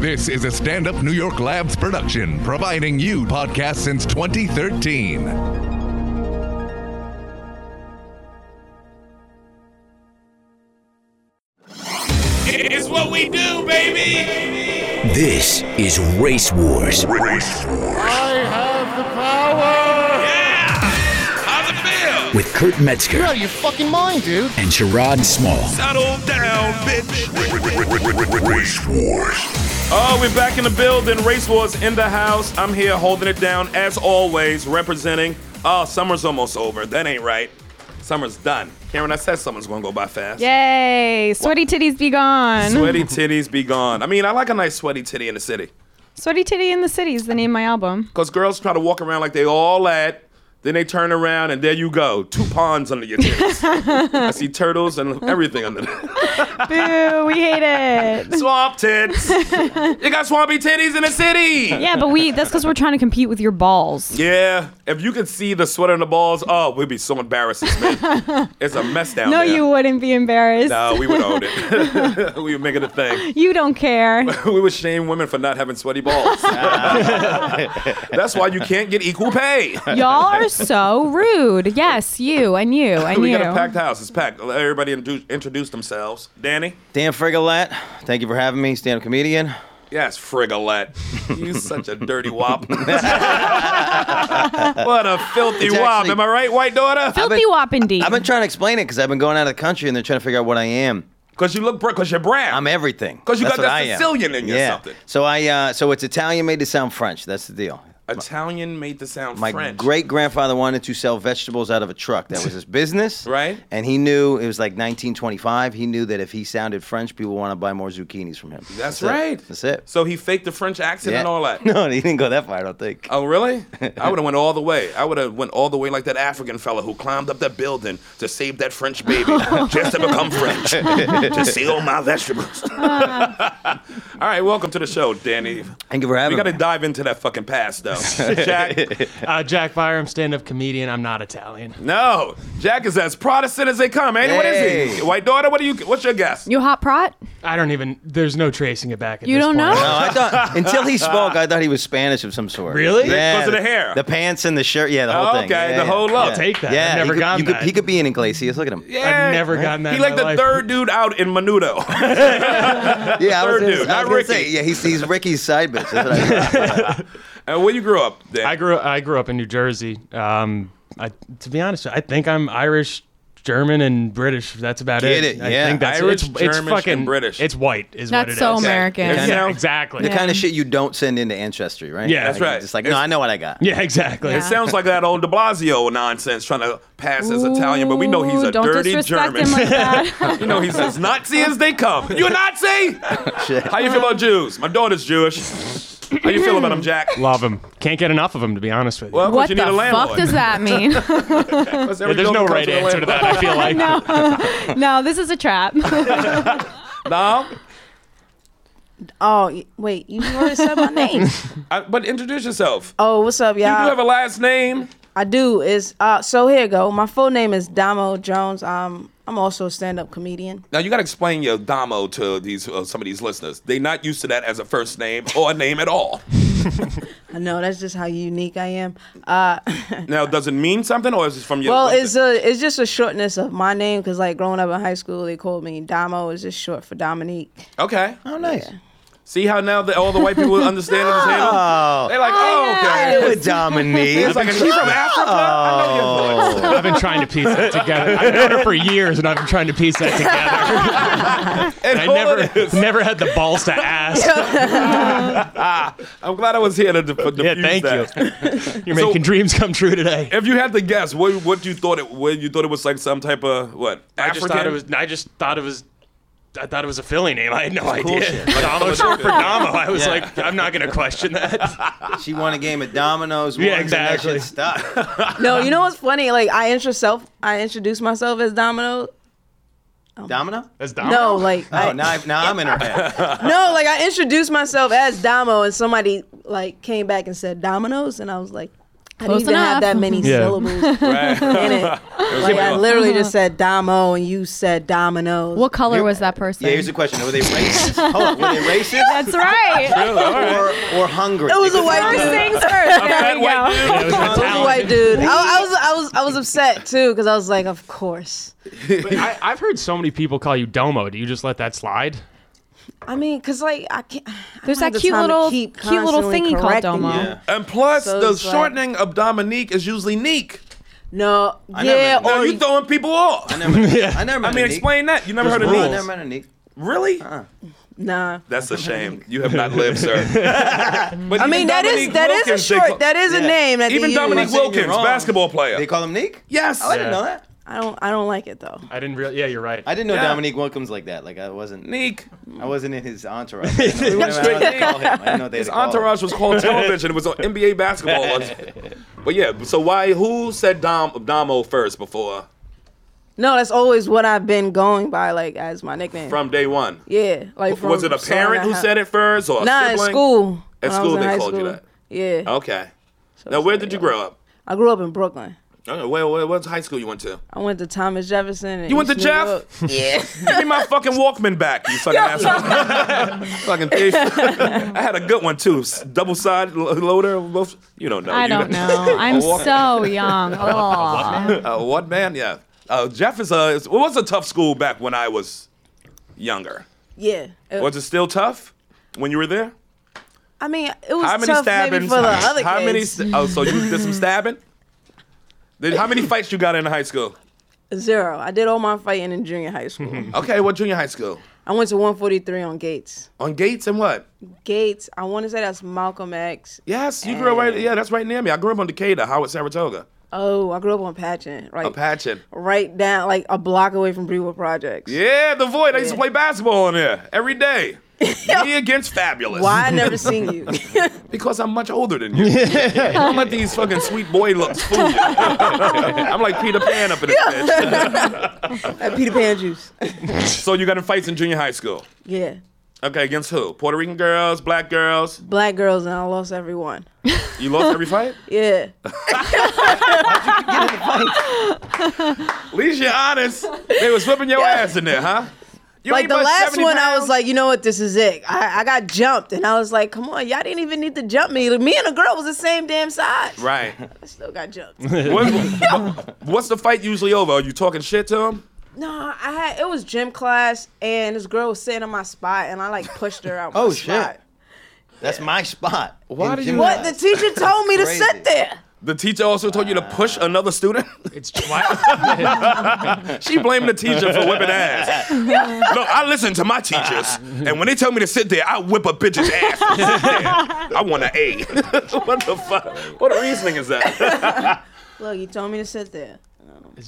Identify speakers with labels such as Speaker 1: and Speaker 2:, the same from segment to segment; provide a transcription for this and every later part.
Speaker 1: This is a stand up New York Labs production, providing you podcasts since 2013.
Speaker 2: It's what we do, baby.
Speaker 3: This is Race Wars
Speaker 2: Yeah. How's it feel?
Speaker 3: with Kurt Metzger
Speaker 4: out of your fucking mind, dude.
Speaker 3: and Sherrod Small.
Speaker 2: Settle down, bitch.
Speaker 5: Race Wars.
Speaker 6: Oh, we're back in the building. Race Wars in the house. I'm here holding it down as always, representing. Oh, summer's almost over. That ain't right. Summer's done. Karen, I said summer's gonna go by fast.
Speaker 7: Yay! Sweaty titties be gone.
Speaker 6: Sweaty titties be gone. I mean, I like a nice sweaty titty in the city.
Speaker 7: Sweaty titty in the city is the name of my album.
Speaker 6: Because girls try to walk around like they all at, then they turn around and there you go. Two ponds under your titties. I see turtles and everything under there.
Speaker 7: Boo! We hate it.
Speaker 6: Swamp tits. you got swampy titties in the city.
Speaker 7: Yeah, but we—that's because we're trying to compete with your balls.
Speaker 6: Yeah, if you could see the sweater and the balls, oh, we'd be so embarrassed, man. it's a mess down
Speaker 7: No,
Speaker 6: there.
Speaker 7: you wouldn't be embarrassed.
Speaker 6: oh, No, we would own it. we would make it a thing.
Speaker 7: You don't care.
Speaker 6: We would shame women for not having sweaty balls. That's why you can't get equal pay.
Speaker 7: Y'all are so rude. Yes, you and you and
Speaker 6: We
Speaker 7: you.
Speaker 6: got a packed house. It's packed. Let everybody indu- introduce themselves. Danny?
Speaker 8: Dan Frigolette, thank you for having me, stand-up comedian.
Speaker 6: Yes, Frigolette. You such a dirty wop. what a filthy
Speaker 8: It's
Speaker 6: wop.
Speaker 8: actually-
Speaker 6: Am I right, white daughter?
Speaker 7: Filthy wop indeed.
Speaker 8: I've been trying to explain it because I've been going out of the country and they're trying to figure out what I am.
Speaker 6: Because you look, because you're brown.
Speaker 8: I'm everything.
Speaker 6: 'Cause you
Speaker 8: That's
Speaker 6: got
Speaker 8: what
Speaker 6: that
Speaker 8: I am.
Speaker 6: Sicilian in you or
Speaker 8: yeah.
Speaker 6: something.
Speaker 8: So I, uh, so it's Italian made to sound French. That's the deal.
Speaker 6: Italian made the sound
Speaker 8: My
Speaker 6: French.
Speaker 8: great grandfather wanted to sell vegetables out of a truck. That was his business.
Speaker 6: Right.
Speaker 8: And he knew it was like 1925. He knew that if he sounded French, people want to buy more zucchinis from him.
Speaker 6: That's,
Speaker 8: it.
Speaker 6: right.
Speaker 8: That's it.
Speaker 6: So he faked the French accent and all that.
Speaker 8: No, he didn't go that far. I don't think.
Speaker 6: Oh really? I would have went all the way. I would have went all the way like that African fella who climbed up that building to save that French baby, just to become French, to steal my vegetables. all right, welcome to the show, Danny.
Speaker 8: Thank you for having
Speaker 6: We got to
Speaker 8: me.
Speaker 6: dive into that fucking past though. Jack,
Speaker 9: Uh, Jack Byram, stand-up comedian. I'm not Italian.
Speaker 6: no, Jack is as Protestant as they come. Ain't he? What is he?
Speaker 8: Hey.
Speaker 6: White daughter? What do you? What's your guess?
Speaker 7: you hot prot?
Speaker 9: I don't even. There's no tracing it back. At
Speaker 7: You
Speaker 9: this
Speaker 7: don't
Speaker 9: point.
Speaker 7: know?
Speaker 8: No, Oh, I thought until he spoke, I thought he was Spanish of some sort.
Speaker 9: Really?
Speaker 8: Yeah,
Speaker 6: Because of the hair.
Speaker 8: the pants and the shirt. Yeah, the whole
Speaker 6: Oh,
Speaker 8: thing.
Speaker 6: okay,
Speaker 8: Yeah,
Speaker 6: the
Speaker 8: yeah,
Speaker 6: whole look.
Speaker 8: Yeah.
Speaker 9: Take that.
Speaker 8: Yeah,
Speaker 9: I've
Speaker 8: he
Speaker 9: never
Speaker 8: could-
Speaker 9: gotten
Speaker 8: you could,
Speaker 9: that.
Speaker 8: he could be an Iglesias. Look at him. Yeah,
Speaker 6: Yeah.
Speaker 9: never gotten that
Speaker 6: He
Speaker 9: in
Speaker 6: like
Speaker 9: my
Speaker 6: the
Speaker 9: life.
Speaker 6: third dude out in Menudo.
Speaker 8: I was
Speaker 6: third
Speaker 8: gonna-
Speaker 6: dude,
Speaker 8: I was
Speaker 6: not
Speaker 8: gonna
Speaker 6: Ricky.
Speaker 8: say, yeah, he's, he's Ricky's side bitch. That's what I thought.
Speaker 6: and where you grew up? Dan?
Speaker 9: I grew. I grew up in New Jersey. Um, I, to be honest, I think I'm Irish, German, and British. That's about
Speaker 8: Get it,
Speaker 9: I
Speaker 8: yeah.
Speaker 9: think that's
Speaker 6: Irish,
Speaker 9: it's, it's
Speaker 6: German, and
Speaker 9: fucking
Speaker 6: British.
Speaker 9: It's white. Is what it
Speaker 7: That's
Speaker 9: is.
Speaker 7: so American.
Speaker 6: Yeah.
Speaker 9: Yeah,
Speaker 6: Yeah.
Speaker 9: exactly.
Speaker 8: the
Speaker 9: Yeah,
Speaker 8: kind of shit you don't send into ancestry, right?
Speaker 9: Yeah,
Speaker 8: Like,
Speaker 9: that's
Speaker 6: right.
Speaker 8: It's like, no,
Speaker 6: It's-
Speaker 8: I know what I got.
Speaker 9: exactly.
Speaker 7: Yeah.
Speaker 6: Sounds like that old De Blasio nonsense, trying to pass as Italian, but we know he's
Speaker 7: Ooh,
Speaker 6: a
Speaker 7: don't
Speaker 6: dirty
Speaker 7: disrespect
Speaker 6: German.
Speaker 7: Him like that.
Speaker 6: you know he's as Nazi as they come. You a Nazi?
Speaker 8: Shit.
Speaker 6: How you feel about Jews? My daughter's Jewish. How you feel about him, Jack?
Speaker 9: Love him. Can't get enough of him, to be honest with you.
Speaker 6: Well, of course
Speaker 7: what
Speaker 6: you
Speaker 7: the
Speaker 6: need a landlord.
Speaker 7: fuck does that mean?
Speaker 6: Because
Speaker 9: Yeah,
Speaker 6: every
Speaker 9: there's no
Speaker 6: building comes
Speaker 9: right
Speaker 6: with a
Speaker 9: answer to that. I feel like.
Speaker 7: no, this is a trap.
Speaker 6: landlord. No,
Speaker 10: Oh, y- wait, you already said my name.
Speaker 6: I- but introduce yourself.
Speaker 10: Oh, what's up,
Speaker 6: You
Speaker 10: y'all?
Speaker 6: do have a last name.
Speaker 10: I do. Is uh, so here you go. My full name is Damo Jones. Um, I'm also a stand-up comedian.
Speaker 6: Now you got to explain your Damo to these uh, some of these listeners. They not used to that as a first name or a name at all.
Speaker 10: I know that's just how unique I am. Uh,
Speaker 6: Now, does it mean something, or is it from your?
Speaker 10: well,
Speaker 6: what
Speaker 10: it's
Speaker 6: the-
Speaker 10: a, it's just a shortness of my name because like growing up in high school, they called me Damo. It's just short for Dominique.
Speaker 6: okay.
Speaker 8: Oh, nice.
Speaker 6: See how now that all the white people understand no. this handle?
Speaker 8: Oh,
Speaker 6: They're like, oh, okay.
Speaker 8: do it, Dominique.
Speaker 6: It's like, is he from Africa? I know your voice.
Speaker 9: I've been trying to piece that together. I've known her for years, and I've been trying to piece that together.
Speaker 6: And
Speaker 9: I
Speaker 6: all of
Speaker 9: never,
Speaker 6: this-
Speaker 9: never had the balls to ask.
Speaker 6: I'm glad I was here to, to diffuse
Speaker 9: Yeah, thank
Speaker 6: that.
Speaker 9: you. You're
Speaker 6: So-
Speaker 9: making dreams come true today.
Speaker 6: If you had to guess, what what you thought it what you thought it was like some type of what
Speaker 9: I
Speaker 6: African?
Speaker 9: just thought it was. I just thought it was. I thought it was a Philly name. I had no
Speaker 6: cool
Speaker 9: idea.
Speaker 6: shit. Like,
Speaker 9: Damo
Speaker 6: like-
Speaker 9: short for Damo. I was
Speaker 8: Yeah.
Speaker 9: like, I'm not gonna question that.
Speaker 8: she won a game of dominoes.
Speaker 9: Yeah,
Speaker 8: once, and that
Speaker 9: exactly.
Speaker 8: shit stuck.
Speaker 10: No, you know what's funny? Like I intro self, I introduced myself as Domino.
Speaker 8: Domino?
Speaker 9: That's Damo.
Speaker 10: No, like
Speaker 8: Oh,
Speaker 10: I,
Speaker 8: now, I, now I'm in her head.
Speaker 10: No, like I introduced myself as Damo, and somebody like came back and said Domino's, and I was like, I didn't
Speaker 7: Close
Speaker 10: even
Speaker 7: enough.
Speaker 10: have that many
Speaker 9: Yeah.
Speaker 10: syllables in it. Like I literally just
Speaker 7: Uh-huh.
Speaker 10: said Damo and you said dominoes.
Speaker 7: What color was that person?
Speaker 8: Yeah, here's the question: Were they racist? Hold on, were they racist?
Speaker 7: That's right.
Speaker 8: or, or hungry?
Speaker 10: It was a white
Speaker 7: First
Speaker 10: dude.
Speaker 7: things first. There we go.
Speaker 9: Yeah, it was
Speaker 10: It was a
Speaker 9: Italian.
Speaker 10: white dude. I, I was I was I was upset too because I was like, of course.
Speaker 9: I, I've heard so many people call you Domo. Do you just let that slide?
Speaker 10: I mean, cause like I can't. I
Speaker 7: There's
Speaker 10: don't have
Speaker 7: that
Speaker 10: the
Speaker 7: cute
Speaker 10: time to
Speaker 7: little-
Speaker 10: keep
Speaker 7: cute little
Speaker 10: constantly
Speaker 7: thingy called
Speaker 10: correcting
Speaker 7: Domo.
Speaker 10: you.
Speaker 7: Yeah.
Speaker 6: And plus,
Speaker 10: So
Speaker 6: the
Speaker 10: it's like-
Speaker 6: shortening of Dominique is usually Neek.
Speaker 10: No,
Speaker 8: never-
Speaker 10: yeah,
Speaker 6: No,
Speaker 10: or
Speaker 6: you throwing people off.
Speaker 8: I never, I never met
Speaker 6: I mean,
Speaker 8: a Neek.
Speaker 6: explain that. You never heard of
Speaker 8: I never
Speaker 6: Neek?
Speaker 8: met a Neek.
Speaker 6: Really?
Speaker 10: nah.
Speaker 6: That's a shame. You have not lived, sir. but
Speaker 10: I mean, that is that is a short. That is a
Speaker 8: Yeah.
Speaker 10: name that they
Speaker 6: even
Speaker 10: use.
Speaker 6: Dominique
Speaker 8: saying you're
Speaker 6: Wilkins,
Speaker 8: wrong.
Speaker 6: basketball player.
Speaker 8: They call him Neek?
Speaker 6: yes.
Speaker 8: Oh, I didn't
Speaker 9: Yeah.
Speaker 8: know that.
Speaker 10: I don't I don't like it though.
Speaker 9: I didn't really. Yeah, you're right.
Speaker 8: I didn't know
Speaker 6: Yeah.
Speaker 8: Dominique Wilkins like that. Like I wasn't,
Speaker 6: Neek.
Speaker 8: I wasn't in his entourage. I didn't know what they call him. I didn't know what they
Speaker 6: His
Speaker 8: had to call him.
Speaker 6: entourage was called television. It was on NBA basketball. but yeah, so why? Who said Dom Domo first before
Speaker 10: No, that's always what I've been going by, like as my nickname.
Speaker 6: from day one?
Speaker 10: yeah, like from
Speaker 6: was it a parent who said it first or a
Speaker 10: Nah, at
Speaker 6: sibling?
Speaker 10: school.
Speaker 6: At
Speaker 10: when I was
Speaker 6: school
Speaker 10: in
Speaker 6: they
Speaker 10: high
Speaker 6: called you
Speaker 10: school.
Speaker 6: that. Oh.
Speaker 10: Yeah,
Speaker 6: Okay. now, where did you grow up?
Speaker 10: I grew up in Brooklyn.
Speaker 6: Okay, where, where, what high school you went to?
Speaker 10: I went to Thomas Jefferson. and
Speaker 6: You went to
Speaker 10: East New
Speaker 6: Jeff?
Speaker 10: York.
Speaker 6: Give me my fucking Walkman back, you fucking asshole. fucking thief. I had a good one too. S- Double side lo- loader. Both, you don't know.
Speaker 7: I
Speaker 6: You
Speaker 7: don't know. I'm so young. Oh.
Speaker 6: Uh, what man? Yeah. Uh, Jeff is a. It was a tough school back when I was younger.
Speaker 10: Yeah. It-
Speaker 6: Was it still tough when you were there?
Speaker 10: I mean, it was
Speaker 6: How many
Speaker 10: tough maybe
Speaker 6: stabbings?
Speaker 10: for the other
Speaker 6: how many?
Speaker 10: kids.
Speaker 6: St- oh, so you did some stabbing? Did, how many fights you got in high school?
Speaker 10: Zero. I did all my fighting in junior high school.
Speaker 6: Okay, what junior high school?
Speaker 10: I went to 143 on Gates.
Speaker 6: On Gates and what?
Speaker 10: Gates. I want to say that's Malcolm X.
Speaker 6: Yes, you grew up right. Yeah, that's right near me. I grew up on Decatur, Howard, Saratoga,
Speaker 10: Oh, I grew up on Patchen,
Speaker 6: Oh.
Speaker 10: right?
Speaker 6: Apache.
Speaker 10: right down like a block away from Brewood Projects.
Speaker 6: Yeah, the void. I used to play basketball in there every day. me against fabulous.
Speaker 10: Why I never seen you?
Speaker 6: Because I'm much older than you. Don't let these fucking sweet boy looks fool you. I'm like Peter Pan up in this bitch.
Speaker 10: That Peter Pan juice.
Speaker 6: So you got in fights in junior high school.
Speaker 10: Yeah.
Speaker 6: Okay, against who? Puerto Rican girls, black girls.
Speaker 10: Black girls and I lost everyone.
Speaker 6: You lost every fight?
Speaker 10: Yeah.
Speaker 6: At least you're honest. They was whipping your ass in there, huh? You
Speaker 10: Like
Speaker 6: ain't
Speaker 10: the
Speaker 6: but
Speaker 10: last
Speaker 6: 70
Speaker 10: one, I was
Speaker 6: pounds?
Speaker 10: like, you know what, this is it. I, I got jumped, and I was like, come on, y'all didn't even need to jump me. Me and a girl was the same damn size.
Speaker 6: Right.
Speaker 10: I still got jumped.
Speaker 6: What- what's the fight usually over? Are you talking shit to him?
Speaker 10: No, I had it was gym class, and this girl was sitting in my spot, and I like pushed her out. my
Speaker 8: Oh, shit.
Speaker 10: spot.
Speaker 8: That's my spot.
Speaker 6: Why
Speaker 8: In
Speaker 6: do you-
Speaker 8: gym
Speaker 10: What the
Speaker 8: class.
Speaker 10: teacher told me to
Speaker 8: Crazy.
Speaker 10: sit there.
Speaker 6: The teacher also told you to push another student?
Speaker 9: It's twice.
Speaker 6: She blamed the teacher for whipping ass. Look, I listen to my teachers, and when they tell me to sit there, I whip a bitch's ass. And sit there. I want an A. what the fuck? What reasoning is that?
Speaker 10: Look, you told me to sit there.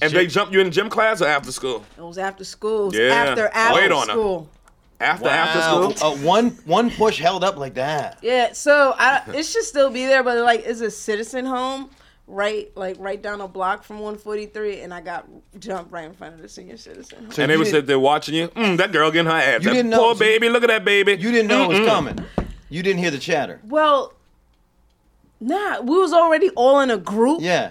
Speaker 6: and they jump you in gym class or after school?
Speaker 10: It was after school. It was
Speaker 6: Yeah.
Speaker 10: after after
Speaker 6: Wait on her.
Speaker 10: school.
Speaker 6: After
Speaker 8: Wow.
Speaker 6: after school?
Speaker 8: Uh, one one push held up like that.
Speaker 10: Yeah, so I, it should still be there, but like it's a citizen home, right? Like right down a block from 143, and I got jumped right in front of the senior citizen. Home.
Speaker 6: And they
Speaker 8: you
Speaker 6: would
Speaker 8: didn't-
Speaker 6: sit there watching you. Mm, that girl getting her ass.
Speaker 8: You
Speaker 6: that
Speaker 8: didn't know-
Speaker 6: poor baby. Look at that baby.
Speaker 8: You didn't know it was coming. You didn't hear the chatter.
Speaker 10: Well, nah, we was already all in a group,
Speaker 8: Yeah.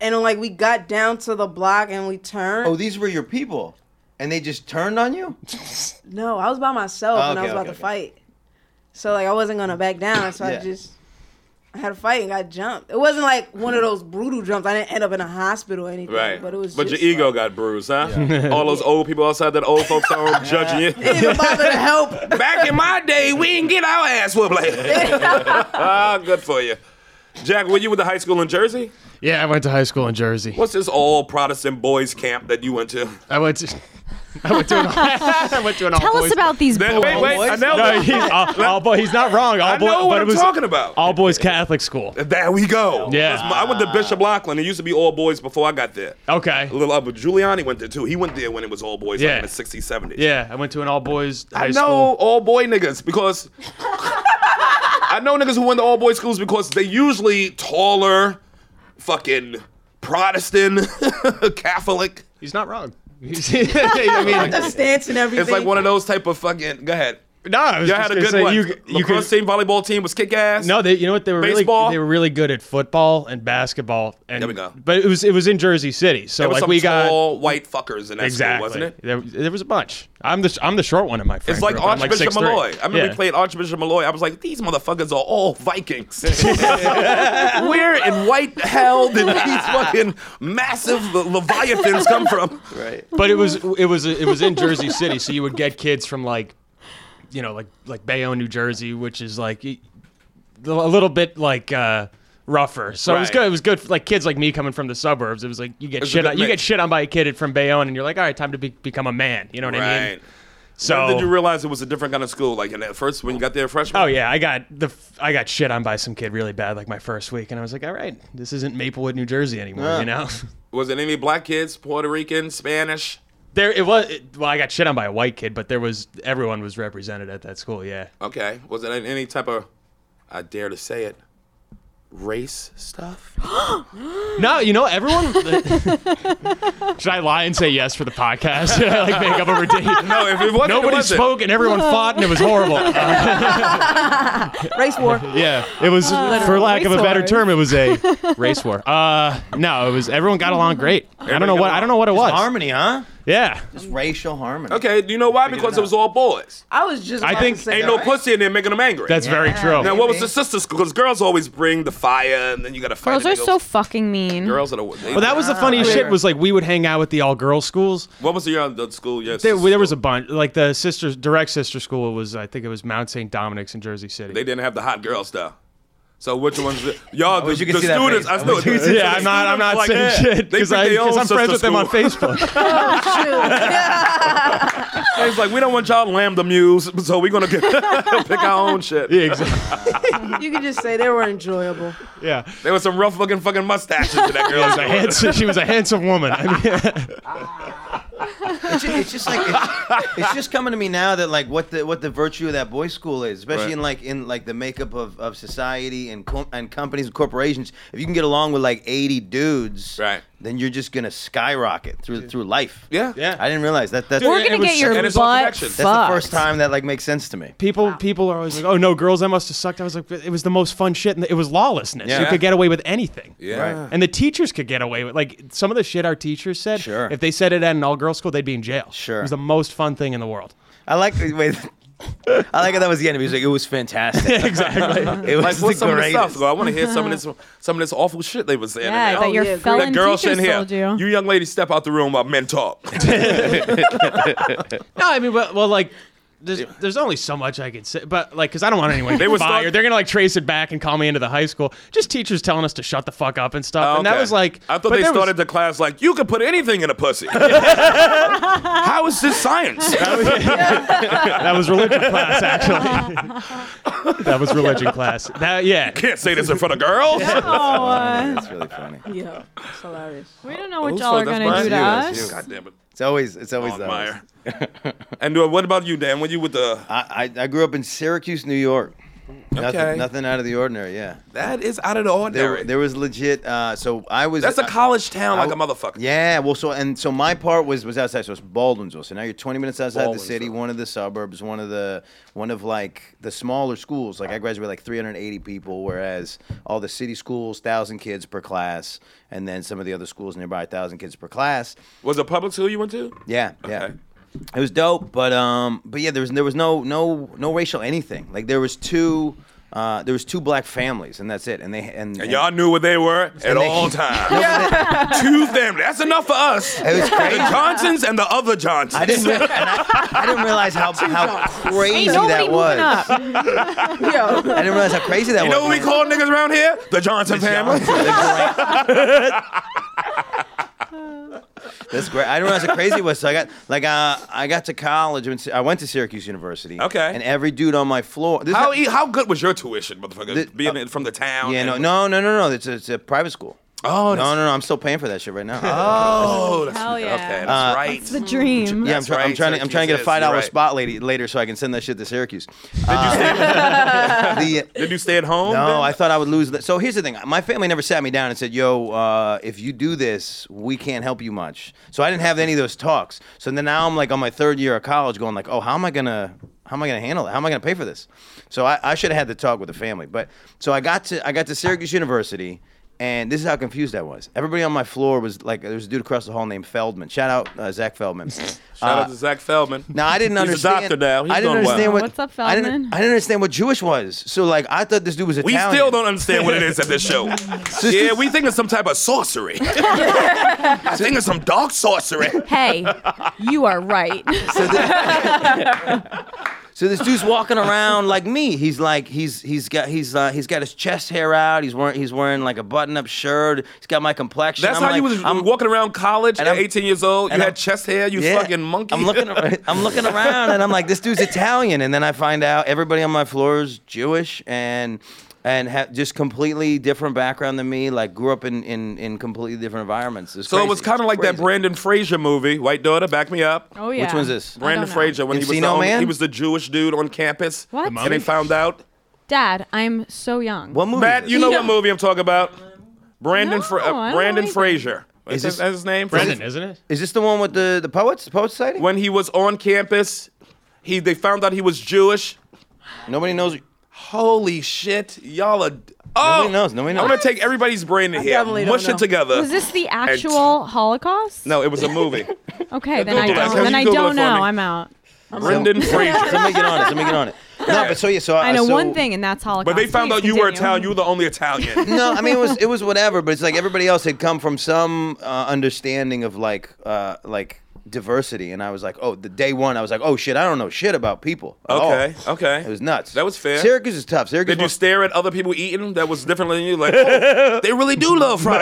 Speaker 10: and like we got down to the block and we turned.
Speaker 8: Oh, these were your people, and they just turned on you.
Speaker 10: No, I was by myself
Speaker 8: Oh,
Speaker 10: and I
Speaker 8: okay,
Speaker 10: was about
Speaker 8: okay,
Speaker 10: to
Speaker 8: okay.
Speaker 10: fight. So like I wasn't gonna back down, so
Speaker 8: Yeah.
Speaker 10: I just I had a fight and got jumped. It wasn't like one of those brutal jumps. I didn't end up in a hospital or anything.
Speaker 6: Right.
Speaker 10: But it was
Speaker 6: but your
Speaker 10: just
Speaker 6: ego
Speaker 10: like,
Speaker 6: got bruised, huh? All those old people outside that old folks home judging you.
Speaker 10: didn't even bother to help.
Speaker 6: Back in my day, we didn't get our ass whooped like that. ah, good for you. Jack, were you with the high school in Jersey?
Speaker 9: yeah, I went to high school in Jersey.
Speaker 6: What's this all Protestant boys camp that you went to?
Speaker 9: I went to. I went to an. I went to an all
Speaker 7: Tell us
Speaker 9: boys-
Speaker 7: about these
Speaker 6: That-
Speaker 7: boys.
Speaker 6: wait, wait, I
Speaker 8: boys?
Speaker 6: know,
Speaker 9: No, he's all, all boy. He's not wrong. All
Speaker 6: I
Speaker 9: boy,
Speaker 6: know
Speaker 9: but
Speaker 6: what
Speaker 9: it
Speaker 6: I'm
Speaker 9: was
Speaker 6: talking about.
Speaker 9: all boys Catholic school.
Speaker 6: there we go.
Speaker 9: Yeah.
Speaker 6: That's my- I went to Bishop Lachlan. It used to be all boys before I got there.
Speaker 9: Okay.
Speaker 6: A little, uh, but Giuliani went there too. He went there when it was all boys like
Speaker 9: Yeah.
Speaker 6: in the 60s, 70s.
Speaker 9: Yeah, I went to an all boys high
Speaker 6: I know
Speaker 9: school.
Speaker 6: all boy niggas because I know niggas who went to all boy schools because they usually taller, fucking Protestant, Catholic.
Speaker 9: He's not wrong. He's- I mean,
Speaker 10: the stance and everything.
Speaker 6: It's like one of those type of fucking. Go ahead.
Speaker 9: No, I was
Speaker 6: Y'all
Speaker 9: just
Speaker 6: had a
Speaker 9: gonna
Speaker 6: good
Speaker 9: say,
Speaker 6: one.
Speaker 9: You,
Speaker 6: You,
Speaker 9: you could,
Speaker 6: same volleyball team was kick ass.
Speaker 9: no, they, you know what they were
Speaker 6: Baseball?
Speaker 9: really they were really good at football and basketball. And,
Speaker 6: There we go.
Speaker 9: But it was it was in Jersey City, so
Speaker 6: there was
Speaker 9: like
Speaker 6: some
Speaker 9: we got
Speaker 6: tall white fuckers in that
Speaker 9: exactly.
Speaker 6: school, wasn't it?
Speaker 9: There, there was a bunch. I'm the I'm the short one in my friend
Speaker 6: It's like
Speaker 9: group. I'm like
Speaker 6: Archbishop
Speaker 9: 6'3".
Speaker 6: Malloy. I remember
Speaker 9: Yeah.
Speaker 6: we played Archbishop Malloy. I was like, these motherfuckers are all Vikings. Where in white hell did these fucking massive le- leviathans come from?
Speaker 8: Right.
Speaker 9: but it was it was it was in Jersey City, so you would get kids from like, you know, like like Bayonne, New Jersey, which is like y- a little bit like uh, rougher. So it was
Speaker 6: Right.
Speaker 9: good. It was good for like kids like me coming from the suburbs. It was like you get
Speaker 6: It's a
Speaker 9: shit
Speaker 6: good
Speaker 9: on, you get
Speaker 6: mix.
Speaker 9: shit on by a kid from Bayonne, and you're like, all right, time to be, become a man. You know what I mean? So
Speaker 6: When did you realize it was a different kind of school? Like in that first when you got there freshman?
Speaker 9: Oh yeah, I got the f- I got shit on by some kid really bad like my first week, and I was like, all right, this isn't Maplewood, New Jersey anymore, you know.
Speaker 6: Was it any black kids, Puerto Rican, Spanish?
Speaker 9: There it was. It, well, I got shit on by a white kid, but there was everyone was represented at that school. Yeah.
Speaker 6: Okay. Was it any type of I dare to say it? Race stuff?
Speaker 9: No, you know everyone. Should I lie and say yes for the podcast? Should I like make up a ridiculous?
Speaker 6: No, if it wasn't, it
Speaker 9: Nobody
Speaker 6: wasn't.
Speaker 9: spoke and everyone fought and it was horrible. Uh,
Speaker 10: Race war.
Speaker 9: yeah, it was for lack of a
Speaker 7: race
Speaker 9: better
Speaker 7: war.
Speaker 9: term, it was a race war. Uh, no, it was everyone got along great. I don't know
Speaker 6: got
Speaker 9: what I don't know what it was.
Speaker 8: Harmony, huh?
Speaker 9: Yeah,
Speaker 8: Just racial harmony.
Speaker 6: Okay, you know why? Because it was all boys.
Speaker 10: I was just.
Speaker 9: I
Speaker 10: about
Speaker 9: think
Speaker 10: to say
Speaker 6: Ain't
Speaker 10: that,
Speaker 6: no
Speaker 10: right?
Speaker 6: pussy in there making them angry.
Speaker 9: that's very true.
Speaker 6: Now, what was the
Speaker 10: Maybe.
Speaker 6: sisters? Because girls always bring the fire, and then you got to fight.
Speaker 7: Girls are
Speaker 6: and they
Speaker 7: so
Speaker 6: go-
Speaker 7: fucking mean.
Speaker 6: girls are the. They,
Speaker 9: Well, that was the funniest shit. Was like we would hang out with the all girls schools.
Speaker 6: What was your the school? Yes,
Speaker 9: There, there was a bunch. Like the sisters, direct sister school was I think it was Mount St. Dominic's in Jersey City.
Speaker 6: They didn't have the hot girl stuff. So which ones?
Speaker 9: Oh,
Speaker 6: Y'all, the,
Speaker 8: wish you could
Speaker 6: the
Speaker 8: see that
Speaker 6: students.
Speaker 8: face.
Speaker 6: I know.
Speaker 8: I wish you
Speaker 9: yeah, I'm not. I'm not
Speaker 6: Like,
Speaker 9: saying
Speaker 6: yeah,
Speaker 9: shit
Speaker 6: they
Speaker 9: because
Speaker 6: pick their own
Speaker 9: I'm friends
Speaker 6: sister
Speaker 9: with them on
Speaker 6: school.
Speaker 9: Facebook.
Speaker 6: It's like we don't want y'all lambda muse, so we're gonna get, pick our own shit.
Speaker 9: yeah, exactly.
Speaker 10: Oh, You could just say they were enjoyable.
Speaker 9: Yeah,
Speaker 6: There was some rough looking fucking mustaches to that girl.
Speaker 9: A handsome- she was a handsome woman. I mean,
Speaker 8: It's ju- it's just like it's, it's just coming to me now that like what the what the virtue of that boys' school is, especially
Speaker 6: Right.
Speaker 8: in like in like the makeup of, of society and com- and companies and corporations. If you can get along with like eighty dudes,
Speaker 6: Right.
Speaker 8: then you're just gonna skyrocket through through life.
Speaker 6: yeah,
Speaker 8: I didn't realize that. That's,
Speaker 7: We're
Speaker 9: It- it
Speaker 7: gonna
Speaker 9: was-
Speaker 7: get your
Speaker 6: and it's all
Speaker 7: butt
Speaker 6: connection.
Speaker 7: fucked.
Speaker 6: That's
Speaker 8: that's the first time that like makes sense to me.
Speaker 9: people, people are always like, "Oh no, girls, that must have sucked." I was like, "It was the most fun shit, and it was lawlessness. You
Speaker 8: Yeah.
Speaker 9: could get away with anything."
Speaker 6: yeah.
Speaker 8: Right.
Speaker 9: And the teachers could get away with like some of the shit our teachers said.
Speaker 8: Sure.
Speaker 9: If they said it at an all-girls school, they'd be in jail.
Speaker 8: Sure.
Speaker 9: It was the most fun thing in the world.
Speaker 8: I like wait. I like how that was the end. He was like, it was fantastic.
Speaker 9: exactly.
Speaker 8: It
Speaker 6: Like
Speaker 8: was
Speaker 6: what's
Speaker 8: the
Speaker 6: some of the stuff?
Speaker 8: greatest.
Speaker 6: though? I want to hear some of this, some of this awful shit they was saying. in
Speaker 7: Yeah,
Speaker 6: there.
Speaker 7: that your
Speaker 10: yeah,
Speaker 7: felon
Speaker 6: that girl
Speaker 7: teacher
Speaker 6: sitting here.
Speaker 7: sold you.
Speaker 6: young ladies, step out the room while men talk.
Speaker 9: No, I mean, well, well like. There's, there's only so much I could say, but like, because I don't want anyone to
Speaker 6: They
Speaker 9: get
Speaker 6: was
Speaker 9: fired.
Speaker 6: talk-
Speaker 9: They're gonna like trace it back and call me into the high school. Just teachers telling us to shut the fuck up and stuff. And that
Speaker 6: Oh, Okay.
Speaker 9: was like,
Speaker 6: I thought
Speaker 9: but
Speaker 6: they
Speaker 9: there was-
Speaker 6: started the class like you can put anything in a pussy. How is this science?
Speaker 9: That was religion class, actually. that was religion class. That yeah.
Speaker 6: Can't say this in front of girls.
Speaker 7: Oh,
Speaker 8: That's really funny.
Speaker 10: Yeah, it's hilarious.
Speaker 7: we don't know what y'all are gonna do to
Speaker 8: That's
Speaker 7: us.
Speaker 6: God damn it,
Speaker 8: It's always it's always
Speaker 6: Von
Speaker 8: those.
Speaker 6: Meyer. and uh, what about you, Dan? When you with the
Speaker 8: I, I I grew up in Syracuse, New York.
Speaker 6: Okay.
Speaker 8: Nothing, nothing out of the ordinary. Yeah.
Speaker 6: that is out of the
Speaker 8: There,
Speaker 6: ordinary.
Speaker 8: there was legit. Uh, so I was.
Speaker 6: That's a college town,
Speaker 8: I-
Speaker 6: like a motherfucker.
Speaker 8: Yeah. Well, so and so my part was was outside. So it's Baldwinsville. So now you're 20 minutes outside the city,
Speaker 6: Baldwinsville.
Speaker 8: one of the suburbs, one of the one of like the smaller schools. Like I graduated with, like 380 people, whereas all the city schools, thousand kids per class, and then some of the other schools nearby, thousand kids per class.
Speaker 6: Was it public school you went to?
Speaker 8: Yeah, yeah.
Speaker 6: Okay.
Speaker 8: It was dope, but um, but yeah, there was there was no no no racial anything. Like there was two, uh, there was two black families, and that's it. And they and,
Speaker 6: And y'all knew what they were at
Speaker 8: they-
Speaker 6: all times. Two families. That's enough for us.
Speaker 8: It was
Speaker 6: The
Speaker 8: crazy.
Speaker 6: Johnsons and the other Johnsons.
Speaker 8: I didn't re- and I, I didn't realize how how crazy
Speaker 7: Ain't nobody
Speaker 8: that
Speaker 7: moving
Speaker 8: was.
Speaker 7: up.
Speaker 10: Yo, um,
Speaker 8: I didn't realize how crazy that
Speaker 6: you
Speaker 8: was.
Speaker 6: know what we
Speaker 8: man.
Speaker 6: call niggas around here? The Johnson family.
Speaker 8: That's great. I didn't realize how crazy it was. So I got like uh, I got to college. I went to- I went to Syracuse University.
Speaker 6: Okay.
Speaker 8: And every dude on my floor. This
Speaker 6: How
Speaker 8: is-
Speaker 6: e- how good was your tuition, motherfucker?
Speaker 8: The-
Speaker 6: Being in- from the town.
Speaker 8: Yeah. No.
Speaker 6: and-
Speaker 8: No. No. No. No. It's a, it's a private school.
Speaker 6: Oh,
Speaker 8: No.
Speaker 6: that's-
Speaker 8: No. No. I'm still paying for that shit right now.
Speaker 6: Oh, that's,
Speaker 7: Hell yeah.
Speaker 6: Okay, that's
Speaker 8: Uh,
Speaker 6: right.
Speaker 7: The dream.
Speaker 8: Yeah, I'm,
Speaker 6: Oh, That's
Speaker 8: try- I'm
Speaker 6: right,
Speaker 8: trying. To, I'm trying to get
Speaker 6: Syracuse
Speaker 8: a
Speaker 6: is,
Speaker 8: five dollar
Speaker 6: you're right.
Speaker 8: spot lady later, so I can send that shit to Syracuse. Uh, the,
Speaker 6: Did you stay at home?
Speaker 8: no,
Speaker 6: then?
Speaker 8: I thought I would lose. The, so here's the thing: my family never sat me down and said, "Yo, uh, if you do this, we can't help you much." So I didn't have any of those talks. So then now I'm like on my third year of college, going like, "Oh, how am I gonna?" How am I going to handle it? How am I going to pay for this? So I, I should have had the talk with the family. But so I got to I got to Syracuse University, and this is how confused I was. Everybody on my floor was like, there was a dude across the hall named Feldman. Shout out uh, Zach Feldman. Uh,
Speaker 6: Shout out to Zach Feldman.
Speaker 8: Now I didn't
Speaker 6: He's
Speaker 8: understand.
Speaker 6: a doctor now. He's
Speaker 8: I didn't
Speaker 6: doing well.
Speaker 8: understand what.
Speaker 7: What's up,
Speaker 8: I didn't,
Speaker 7: Feldman?
Speaker 8: I didn't understand what Jewish was. So like I thought this dude was
Speaker 6: We
Speaker 8: Italian.
Speaker 6: still don't understand what it is at this show. yeah, we think it's some type of sorcery. I think it's some dark sorcery.
Speaker 7: Hey, you are right.
Speaker 8: So this dude's walking around like me. He's like he's he's got he's uh, he's got his chest hair out. He's wearing he's wearing like a button up shirt. He's got my complexion.
Speaker 6: That's
Speaker 8: I'm
Speaker 6: how
Speaker 8: like,
Speaker 6: you was
Speaker 8: I'm
Speaker 6: walking around college
Speaker 8: and
Speaker 6: at
Speaker 8: I'm-
Speaker 6: 18 years old. You
Speaker 8: and
Speaker 6: had
Speaker 8: I'm-
Speaker 6: chest hair. You
Speaker 8: Yeah.
Speaker 6: fucking monkey.
Speaker 8: I'm looking around, I'm looking around and I'm like this dude's Italian and then I find out everybody on my floor is Jewish and and ha- just completely different background than me. Like grew up in in, in completely different environments. It's
Speaker 6: so it was
Speaker 8: crazy.
Speaker 6: kind of
Speaker 8: It's
Speaker 6: like that
Speaker 8: crazy.
Speaker 6: Brandon Fraser movie, White Daughter. Back me up.
Speaker 7: Oh yeah.
Speaker 8: Which one's this?
Speaker 7: I
Speaker 6: Brandon
Speaker 7: don't know.
Speaker 6: Fraser when he was the
Speaker 8: Encino
Speaker 6: only-
Speaker 8: Man?
Speaker 6: he was the Jewish dude on campus.
Speaker 7: What? The
Speaker 6: And they
Speaker 7: mummy?
Speaker 6: found out.
Speaker 7: Dad, I'm so young.
Speaker 8: What movie?
Speaker 6: Matt,
Speaker 8: is
Speaker 6: you
Speaker 8: this?
Speaker 6: know what movie I'm talking about? Brandon
Speaker 7: No,
Speaker 6: Fra-
Speaker 7: I don't
Speaker 6: uh, Brandon
Speaker 7: like it.
Speaker 6: Fraser. Is
Speaker 8: this-
Speaker 6: that his name?
Speaker 9: Brendan, isn't it?
Speaker 8: Is this the one with the the poets? The poet society?
Speaker 6: When he was on campus, he they found out he was Jewish.
Speaker 8: Nobody knows.
Speaker 6: Holy shit, y'all are. Oh,
Speaker 8: Nobody knows. Nobody
Speaker 6: I
Speaker 8: knows.
Speaker 6: want to take everybody's brain in here,
Speaker 10: definitely don't
Speaker 6: mush
Speaker 10: know.
Speaker 6: it together.
Speaker 7: Was this the actual Holocaust?
Speaker 6: no, it was a movie.
Speaker 7: Okay, then
Speaker 6: Google
Speaker 7: I
Speaker 6: it.
Speaker 7: don't.
Speaker 6: Can
Speaker 7: Then
Speaker 6: you
Speaker 7: I
Speaker 6: Google it
Speaker 7: don't
Speaker 6: for
Speaker 7: know.
Speaker 6: me?
Speaker 7: I'm out.
Speaker 6: Brendan Fraser.
Speaker 8: Let me get on it. Let me get on it. No, but so yeah, so uh,
Speaker 7: I know
Speaker 8: so-
Speaker 7: one thing, and that's Holocaust.
Speaker 6: But they found
Speaker 7: Please
Speaker 6: out you were
Speaker 7: continue.
Speaker 6: Italian. You were the only Italian.
Speaker 8: No, I mean it was it was whatever, but it's like everybody else had come from some uh, understanding of like uh, like diversity, and I was like, oh, the day one, I was like, oh shit, I don't know shit about people. at all.
Speaker 6: Okay, okay.
Speaker 8: It was nuts.
Speaker 6: That was fair.
Speaker 8: Syracuse is tough. Syracuse.
Speaker 6: Did you
Speaker 8: was-
Speaker 6: stare at other people eating that was different than you? Like, oh, they really do love fried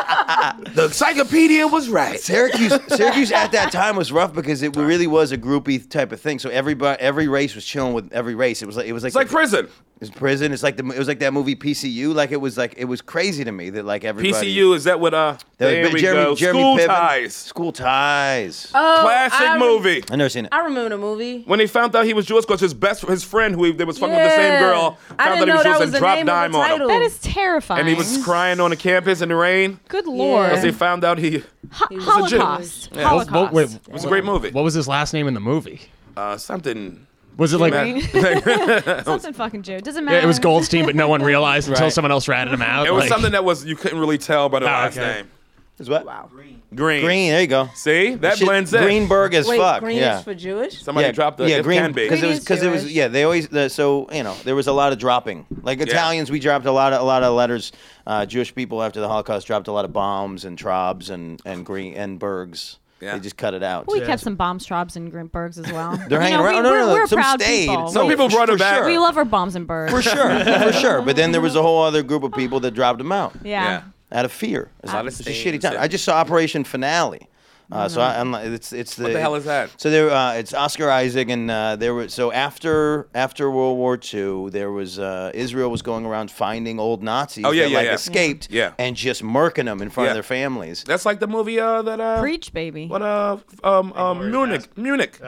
Speaker 6: chicken. the encyclopedia was right.
Speaker 8: Syracuse, Syracuse at that time was rough because it really was a groupie type of thing. So everybody, every race was chilling with every race. It was like it was like
Speaker 6: It's like prison.
Speaker 8: It's prison. It's like the it was like that movie PCU. Like it was like it was crazy to me that like everybody
Speaker 6: PCU is that what? Uh,
Speaker 8: That was
Speaker 6: there
Speaker 8: Be-
Speaker 6: we
Speaker 8: Jeremy-
Speaker 6: go.
Speaker 8: Jeremy
Speaker 6: School
Speaker 8: Piven.
Speaker 6: ties.
Speaker 8: School ties.
Speaker 10: Oh,
Speaker 6: Classic
Speaker 10: I rem-
Speaker 6: movie.
Speaker 8: I never seen it.
Speaker 10: I remember the movie.
Speaker 6: When they found out he was Jewish, because his best, his friend who he, they was fucking with the same
Speaker 10: Yeah.
Speaker 6: girl, found
Speaker 10: I
Speaker 6: out
Speaker 10: didn't
Speaker 6: he
Speaker 10: know
Speaker 6: was Jewish
Speaker 10: that was
Speaker 6: and
Speaker 10: the
Speaker 6: dropped
Speaker 10: name of
Speaker 6: dime
Speaker 10: the
Speaker 6: on him.
Speaker 10: title.
Speaker 7: That is terrifying.
Speaker 6: And he was crying on the campus in the rain
Speaker 7: Good lord.
Speaker 6: because they found out he.
Speaker 7: Ho-
Speaker 6: was a Jew.
Speaker 7: Holocaust. Holocaust.
Speaker 9: What, wait,
Speaker 6: It was a great movie.
Speaker 9: what was his last name in the movie?
Speaker 6: Uh, something.
Speaker 9: Was it like
Speaker 6: Matt-
Speaker 7: Something fucking Jew. Doesn't matter.
Speaker 9: Yeah, it was Goldstein, but no one realized until someone else ratted him out?
Speaker 6: It was
Speaker 9: like-
Speaker 6: something that was you couldn't really tell by the last
Speaker 9: okay.
Speaker 6: name.
Speaker 8: It's what?
Speaker 6: Green.
Speaker 8: Ah, Green. There you go.
Speaker 6: See that
Speaker 8: Shit,
Speaker 6: blends in.
Speaker 8: Greenberg as
Speaker 10: Wait,
Speaker 8: fuck.
Speaker 10: green
Speaker 8: yeah.
Speaker 10: is for Jewish?
Speaker 6: Somebody
Speaker 8: yeah,
Speaker 6: dropped the
Speaker 8: yeah,
Speaker 6: if
Speaker 8: green
Speaker 6: can be.
Speaker 8: because it
Speaker 7: Green
Speaker 8: was
Speaker 7: is
Speaker 8: because it was
Speaker 7: Jewish.
Speaker 8: yeah they always the, so you know there was a lot of dropping like Italians we dropped a lot of a lot of letters uh, Jewish people after the Holocaust dropped a lot of bombs and trobs and and green and bergs
Speaker 6: Yeah.
Speaker 8: they just cut it out
Speaker 7: We kept some bomb straubs and Greenbergs as well.
Speaker 8: they're hanging
Speaker 7: you know, We,
Speaker 8: around no
Speaker 7: we're,
Speaker 8: no no
Speaker 7: we're
Speaker 8: some
Speaker 7: proud
Speaker 8: stayed
Speaker 7: people.
Speaker 6: Some
Speaker 8: No,
Speaker 6: people
Speaker 8: for-
Speaker 6: brought it
Speaker 8: for
Speaker 6: back.
Speaker 8: sure.
Speaker 7: We love our bombs and birds.
Speaker 8: for sure for sure but then there was a whole other group of people that dropped them out
Speaker 7: yeah.
Speaker 8: out of fear it's,
Speaker 6: Out of
Speaker 8: it's a
Speaker 6: stain,
Speaker 8: shitty time
Speaker 6: yeah.
Speaker 8: I just saw Operation Finale. Uh, so I, I'm like, it's it's the what
Speaker 6: the hell is that?
Speaker 8: So there, uh, it's Oscar Isaac, and uh, there were so after after World War II, there was uh, Israel was going around finding old Nazis
Speaker 6: Oh, yeah,
Speaker 8: that
Speaker 6: yeah,
Speaker 8: like
Speaker 6: yeah.
Speaker 8: escaped,
Speaker 6: Yeah.
Speaker 8: and just murking them in front
Speaker 6: Yeah.
Speaker 8: of their families.
Speaker 6: That's like the movie uh, that uh,
Speaker 7: Preach, baby.
Speaker 6: what uh f- um um Munich Munich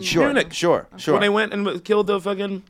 Speaker 8: Sure,
Speaker 6: Munich.
Speaker 8: sure, sure.
Speaker 6: when they went and killed the fucking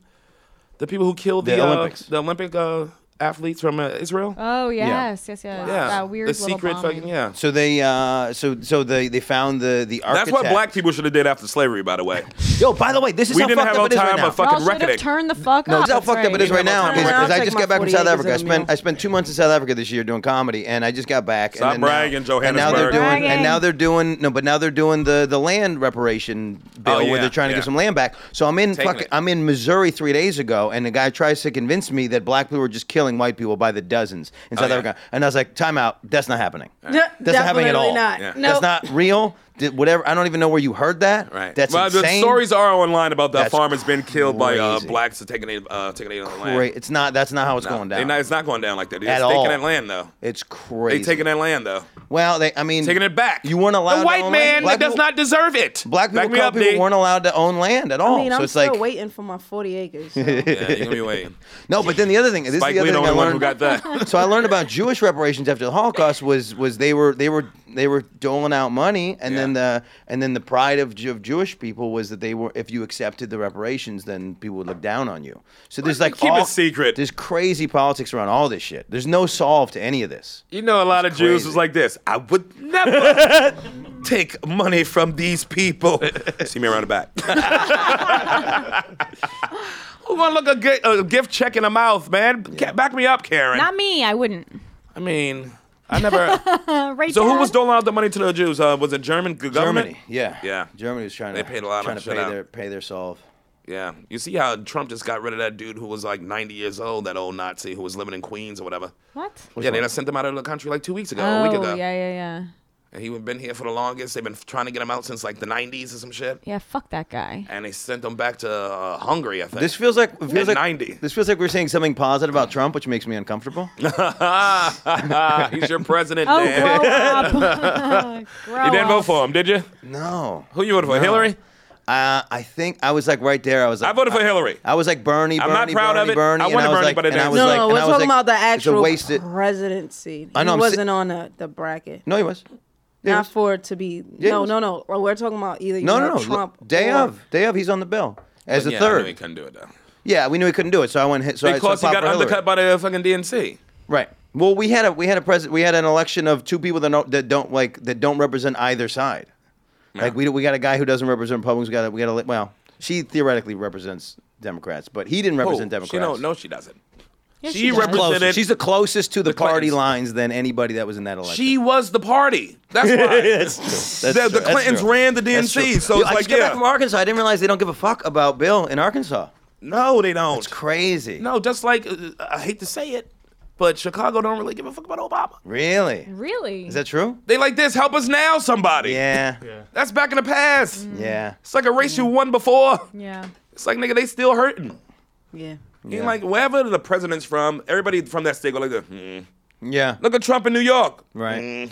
Speaker 6: the people who killed the
Speaker 8: The
Speaker 6: uh,
Speaker 8: Olympics.
Speaker 6: the Olympic uh, athletes from uh, Israel.
Speaker 7: Oh yes, yes, yes.
Speaker 6: yeah,
Speaker 7: That weird
Speaker 6: the
Speaker 7: little
Speaker 6: secret
Speaker 7: bombing.
Speaker 6: fucking yeah.
Speaker 8: so they, uh, so so they they found the the
Speaker 6: That's
Speaker 8: architect.
Speaker 6: what black people should have did after slavery, by the way.
Speaker 8: Yo, by the way, this is
Speaker 6: We
Speaker 8: how
Speaker 6: didn't
Speaker 8: fucked
Speaker 6: have
Speaker 8: up it is
Speaker 6: no
Speaker 8: right
Speaker 6: time
Speaker 8: now.
Speaker 6: of fucking
Speaker 7: Y'all should have
Speaker 6: recording.
Speaker 7: turned the fuck
Speaker 8: No,
Speaker 7: up.
Speaker 8: it's how
Speaker 7: That's
Speaker 8: fucked up it is right now.
Speaker 10: Turn
Speaker 8: Is,
Speaker 10: around,
Speaker 8: is I
Speaker 10: take
Speaker 8: just
Speaker 10: my
Speaker 8: got back from South
Speaker 10: 48
Speaker 8: Africa. I
Speaker 10: as a meal.
Speaker 8: spent I spent two months in South Africa this year doing comedy, and I just got back.
Speaker 6: Stop
Speaker 8: and then
Speaker 6: bragging,
Speaker 8: now, And now
Speaker 6: Johannesburg.
Speaker 8: they're doing.
Speaker 7: Bragging.
Speaker 8: And now they're doing. No, but now they're doing the the land reparation bill
Speaker 6: Oh, yeah,
Speaker 8: where they're trying to
Speaker 6: yeah.
Speaker 8: get some land back. So I'm in
Speaker 6: Taking
Speaker 8: fucking,
Speaker 6: it.
Speaker 8: I'm in Missouri three days ago, and the guy tries to convince me that black people were just killing white people by the dozens in
Speaker 6: Oh,
Speaker 8: South
Speaker 6: yeah.
Speaker 8: Africa, and I was like, time out. That's not happening.
Speaker 10: Definitely
Speaker 8: That's not happening at all.
Speaker 10: Not.
Speaker 6: Yeah.
Speaker 10: No.
Speaker 8: That's not real. Did- whatever. I don't even know where you heard that.
Speaker 6: Right.
Speaker 8: That's
Speaker 6: well,
Speaker 8: insane.
Speaker 6: the stories are online about that
Speaker 8: That's
Speaker 6: farmer's been killed by uh,
Speaker 8: crazy.
Speaker 6: blacks and taking it, uh, taking it on the land.
Speaker 8: Great. It's not. That's not how it's
Speaker 6: No,
Speaker 8: going
Speaker 6: they
Speaker 8: down.
Speaker 6: not- it's not going down like that. They're
Speaker 8: At
Speaker 6: just taking
Speaker 8: all.
Speaker 6: that land though.
Speaker 8: it's
Speaker 6: They
Speaker 8: crazy.
Speaker 6: taking that land though.
Speaker 8: Well, they, I mean,
Speaker 6: Taking it back.
Speaker 8: You weren't allowed.
Speaker 6: The
Speaker 8: to
Speaker 6: white
Speaker 8: own
Speaker 6: man
Speaker 8: land. Black
Speaker 6: does
Speaker 8: people-
Speaker 6: not deserve it.
Speaker 8: Black people,
Speaker 6: Back me
Speaker 8: colored
Speaker 6: up,
Speaker 8: people
Speaker 6: D.
Speaker 8: weren't allowed to own land at all.
Speaker 10: I mean,
Speaker 8: so
Speaker 10: I'm
Speaker 8: it's
Speaker 10: still
Speaker 8: like
Speaker 10: waiting for my 40 acres. so.
Speaker 6: Yeah, you're gonna be waiting.
Speaker 8: no. But then the other thing, this
Speaker 6: Spike
Speaker 8: is the
Speaker 6: Lee,
Speaker 8: other
Speaker 6: the
Speaker 8: thing I
Speaker 6: only one who
Speaker 8: learned.
Speaker 6: got that.
Speaker 8: so I learned about Jewish reparations after the Holocaust was was they were they were they were doling out money and then the and then the pride of, Ju- of Jewish people was that they were if you accepted the reparations, then people would look down on you. So there's like
Speaker 6: keep it
Speaker 8: all,
Speaker 6: secret.
Speaker 8: There's crazy politics around all this shit. There's no solve to any of this.
Speaker 6: You know, a lot of Jews
Speaker 8: crazy.
Speaker 6: was like this. I would never take money from these people.
Speaker 2: See me around the back.
Speaker 6: Who gonna look a, gi- a gift check in the mouth, man? Ca- Back me up, Karen.
Speaker 7: Not me. I wouldn't.
Speaker 6: I mean, I never.
Speaker 7: Uh, right.
Speaker 6: so who
Speaker 7: Dad?
Speaker 6: was doling out the money to the Jews? Uh, was it German g- government?
Speaker 8: Germany, yeah,
Speaker 2: Yeah.
Speaker 8: Germany was trying
Speaker 2: They
Speaker 8: to
Speaker 2: paid a lot of
Speaker 8: trying to
Speaker 2: shit
Speaker 8: pay
Speaker 2: out.
Speaker 8: their pay their solve.
Speaker 2: Yeah. You see how Trump just got rid of that dude who was like 90 years old, that old Nazi who was living in Queens or whatever.
Speaker 7: What?
Speaker 2: yeah, they done sent him out of the country like two weeks ago, a
Speaker 7: Oh,
Speaker 2: week ago.
Speaker 7: yeah, yeah, yeah.
Speaker 2: And he been here for the longest. They've been trying to get him out since like the 90s or some shit.
Speaker 7: Yeah, fuck that guy.
Speaker 2: And they sent him back to uh, Hungary, I think.
Speaker 8: This feels like it feels like
Speaker 2: 90.
Speaker 8: This feels like we're saying something positive about Trump, which makes me uncomfortable.
Speaker 6: Ah, he's your president,
Speaker 7: Oh,
Speaker 6: Dan.
Speaker 7: grow up. grow
Speaker 6: You didn't
Speaker 7: up.
Speaker 6: vote for him, did you?
Speaker 8: no,
Speaker 6: Who you voted for?
Speaker 8: No.
Speaker 6: Hillary?
Speaker 8: Uh, I think I was like right there. I was. Like,
Speaker 6: I voted for Hillary.
Speaker 8: I was like Bernie.
Speaker 6: I'm
Speaker 8: Bernie,
Speaker 6: not proud
Speaker 8: Bernie,
Speaker 6: of it.
Speaker 8: Bernie,
Speaker 6: I
Speaker 8: and
Speaker 6: wanted
Speaker 8: was
Speaker 6: Bernie,
Speaker 8: like,
Speaker 6: but it
Speaker 8: and I
Speaker 6: didn't-
Speaker 8: was
Speaker 10: No,
Speaker 8: like,
Speaker 10: no,
Speaker 8: and
Speaker 10: Oh, we're
Speaker 8: I was
Speaker 10: talking
Speaker 8: like,
Speaker 10: about the actual
Speaker 8: It's a wasted.
Speaker 10: presidency.
Speaker 8: I know,
Speaker 10: He
Speaker 8: I'm si-
Speaker 10: wasn't on the, the bracket.
Speaker 8: No, he was. Yeah, he
Speaker 10: Not
Speaker 8: was.
Speaker 10: for it to be.
Speaker 8: Yeah,
Speaker 10: no,
Speaker 8: he
Speaker 10: no, no. Well, We're talking about either you
Speaker 8: No,
Speaker 10: know,
Speaker 8: no, no.
Speaker 10: Trump.
Speaker 8: day
Speaker 10: or-
Speaker 8: of, day of, he's on the bill as the
Speaker 2: yeah, I knew he
Speaker 8: third.
Speaker 2: couldn't do it, though.
Speaker 8: Yeah, we knew he couldn't do it, so I went. hit- So I- so
Speaker 6: Because
Speaker 8: I
Speaker 6: he
Speaker 8: popped
Speaker 6: got
Speaker 8: for Hillary.
Speaker 6: undercut by the fucking DNC.
Speaker 8: Right. Well, we had a we had a president. We had an election of two people that don't that don't like that don't represent either side. Like we we got a guy who doesn't represent Republicans. We got a, we got a well, she theoretically represents Democrats, but he didn't represent
Speaker 6: Who?
Speaker 8: Democrats.
Speaker 6: She don't, no, she doesn't.
Speaker 7: Yeah,
Speaker 6: she
Speaker 7: she does.
Speaker 6: represents-
Speaker 8: Close.
Speaker 6: Represented-
Speaker 8: She's the closest to the, party
Speaker 6: Clintons.
Speaker 8: lines than anybody that was in that election.
Speaker 6: She was the party. That's why.
Speaker 8: That's
Speaker 6: the,
Speaker 8: true.
Speaker 6: the
Speaker 8: That's
Speaker 6: Clintons
Speaker 8: true.
Speaker 6: ran the
Speaker 8: That's
Speaker 6: DNC,
Speaker 8: true.
Speaker 6: so
Speaker 8: Yo,
Speaker 6: it's
Speaker 8: I
Speaker 6: like
Speaker 8: just got back
Speaker 6: yeah.
Speaker 8: from Arkansas. I didn't realize they don't give a fuck about Bill in Arkansas.
Speaker 6: No, they don't.
Speaker 8: It's crazy.
Speaker 6: No, just like uh, I hate to say it, but Chicago don't really give a fuck about Obama.
Speaker 8: Really?
Speaker 7: Really?
Speaker 8: Is that true?
Speaker 6: They like this. Help us now, somebody.
Speaker 8: Yeah.
Speaker 6: That's back in the past.
Speaker 8: Yeah.
Speaker 6: It's like a race you won before.
Speaker 7: yeah.
Speaker 6: It's like nigga, they still hurting.
Speaker 10: Yeah.
Speaker 6: You like wherever the president's from, everybody from that state go like, this, hmm.
Speaker 8: Yeah.
Speaker 6: look Mm. at Trump in New York.
Speaker 8: Right.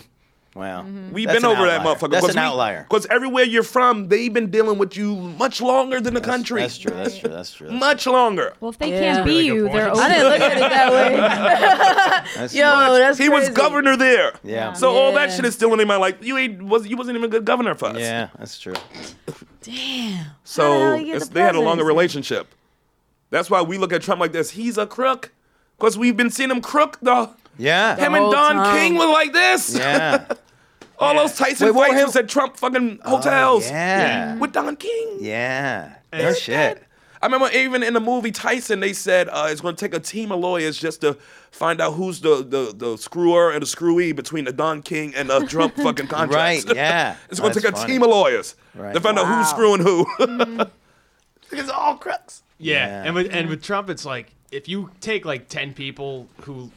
Speaker 8: Wow.
Speaker 6: We've
Speaker 8: That's
Speaker 6: been
Speaker 8: an
Speaker 6: over that
Speaker 8: outlier.
Speaker 6: motherfucker.
Speaker 8: That's an outlier.
Speaker 6: Because everywhere you're from, they've been dealing with you much longer than the country.
Speaker 8: That's true. That's true. That's true. That's
Speaker 6: Much longer.
Speaker 7: Well, if they
Speaker 10: Yeah.
Speaker 7: can't be you, they're over.
Speaker 10: I didn't look at it that way.
Speaker 8: true. That's
Speaker 10: Yo,
Speaker 8: true.
Speaker 10: that's
Speaker 6: he was
Speaker 10: crazy.
Speaker 6: governor there.
Speaker 8: Yeah.
Speaker 6: So all that
Speaker 10: Yeah.
Speaker 6: shit is still in their mind. Like you ain't was you wasn't even a good governor for us.
Speaker 8: Yeah, that's true.
Speaker 10: How the
Speaker 6: So
Speaker 10: hell you get
Speaker 6: it's-
Speaker 10: the
Speaker 6: they had a
Speaker 10: presidency?
Speaker 6: longer relationship. That's why we look at Trump like this. He's a crook. Because we've been seeing him crook though.
Speaker 8: Yeah.
Speaker 6: Him and
Speaker 10: whole
Speaker 6: Don
Speaker 10: time.
Speaker 6: King were like this.
Speaker 8: Yeah.
Speaker 6: All those Tyson
Speaker 8: Wait, what
Speaker 6: fights
Speaker 8: him- Oh,
Speaker 6: was at Trump fucking hotels.
Speaker 8: yeah.
Speaker 6: With Don King.
Speaker 8: Yeah. No shit.
Speaker 6: I remember even in the movie Tyson, they said uh, it's going to take a team of lawyers just to find out who's the the, the screwer and the screwee between the Don King and the Trump fucking contracts.
Speaker 8: Right, yeah.
Speaker 6: it's going to
Speaker 8: That's
Speaker 6: take a
Speaker 8: funny.
Speaker 6: team of lawyers
Speaker 8: Right.
Speaker 6: to find out who's screwing who. it's all crooks.
Speaker 9: Yeah,
Speaker 8: Yeah.
Speaker 9: and with and with Trump, it's like if you take like ten people who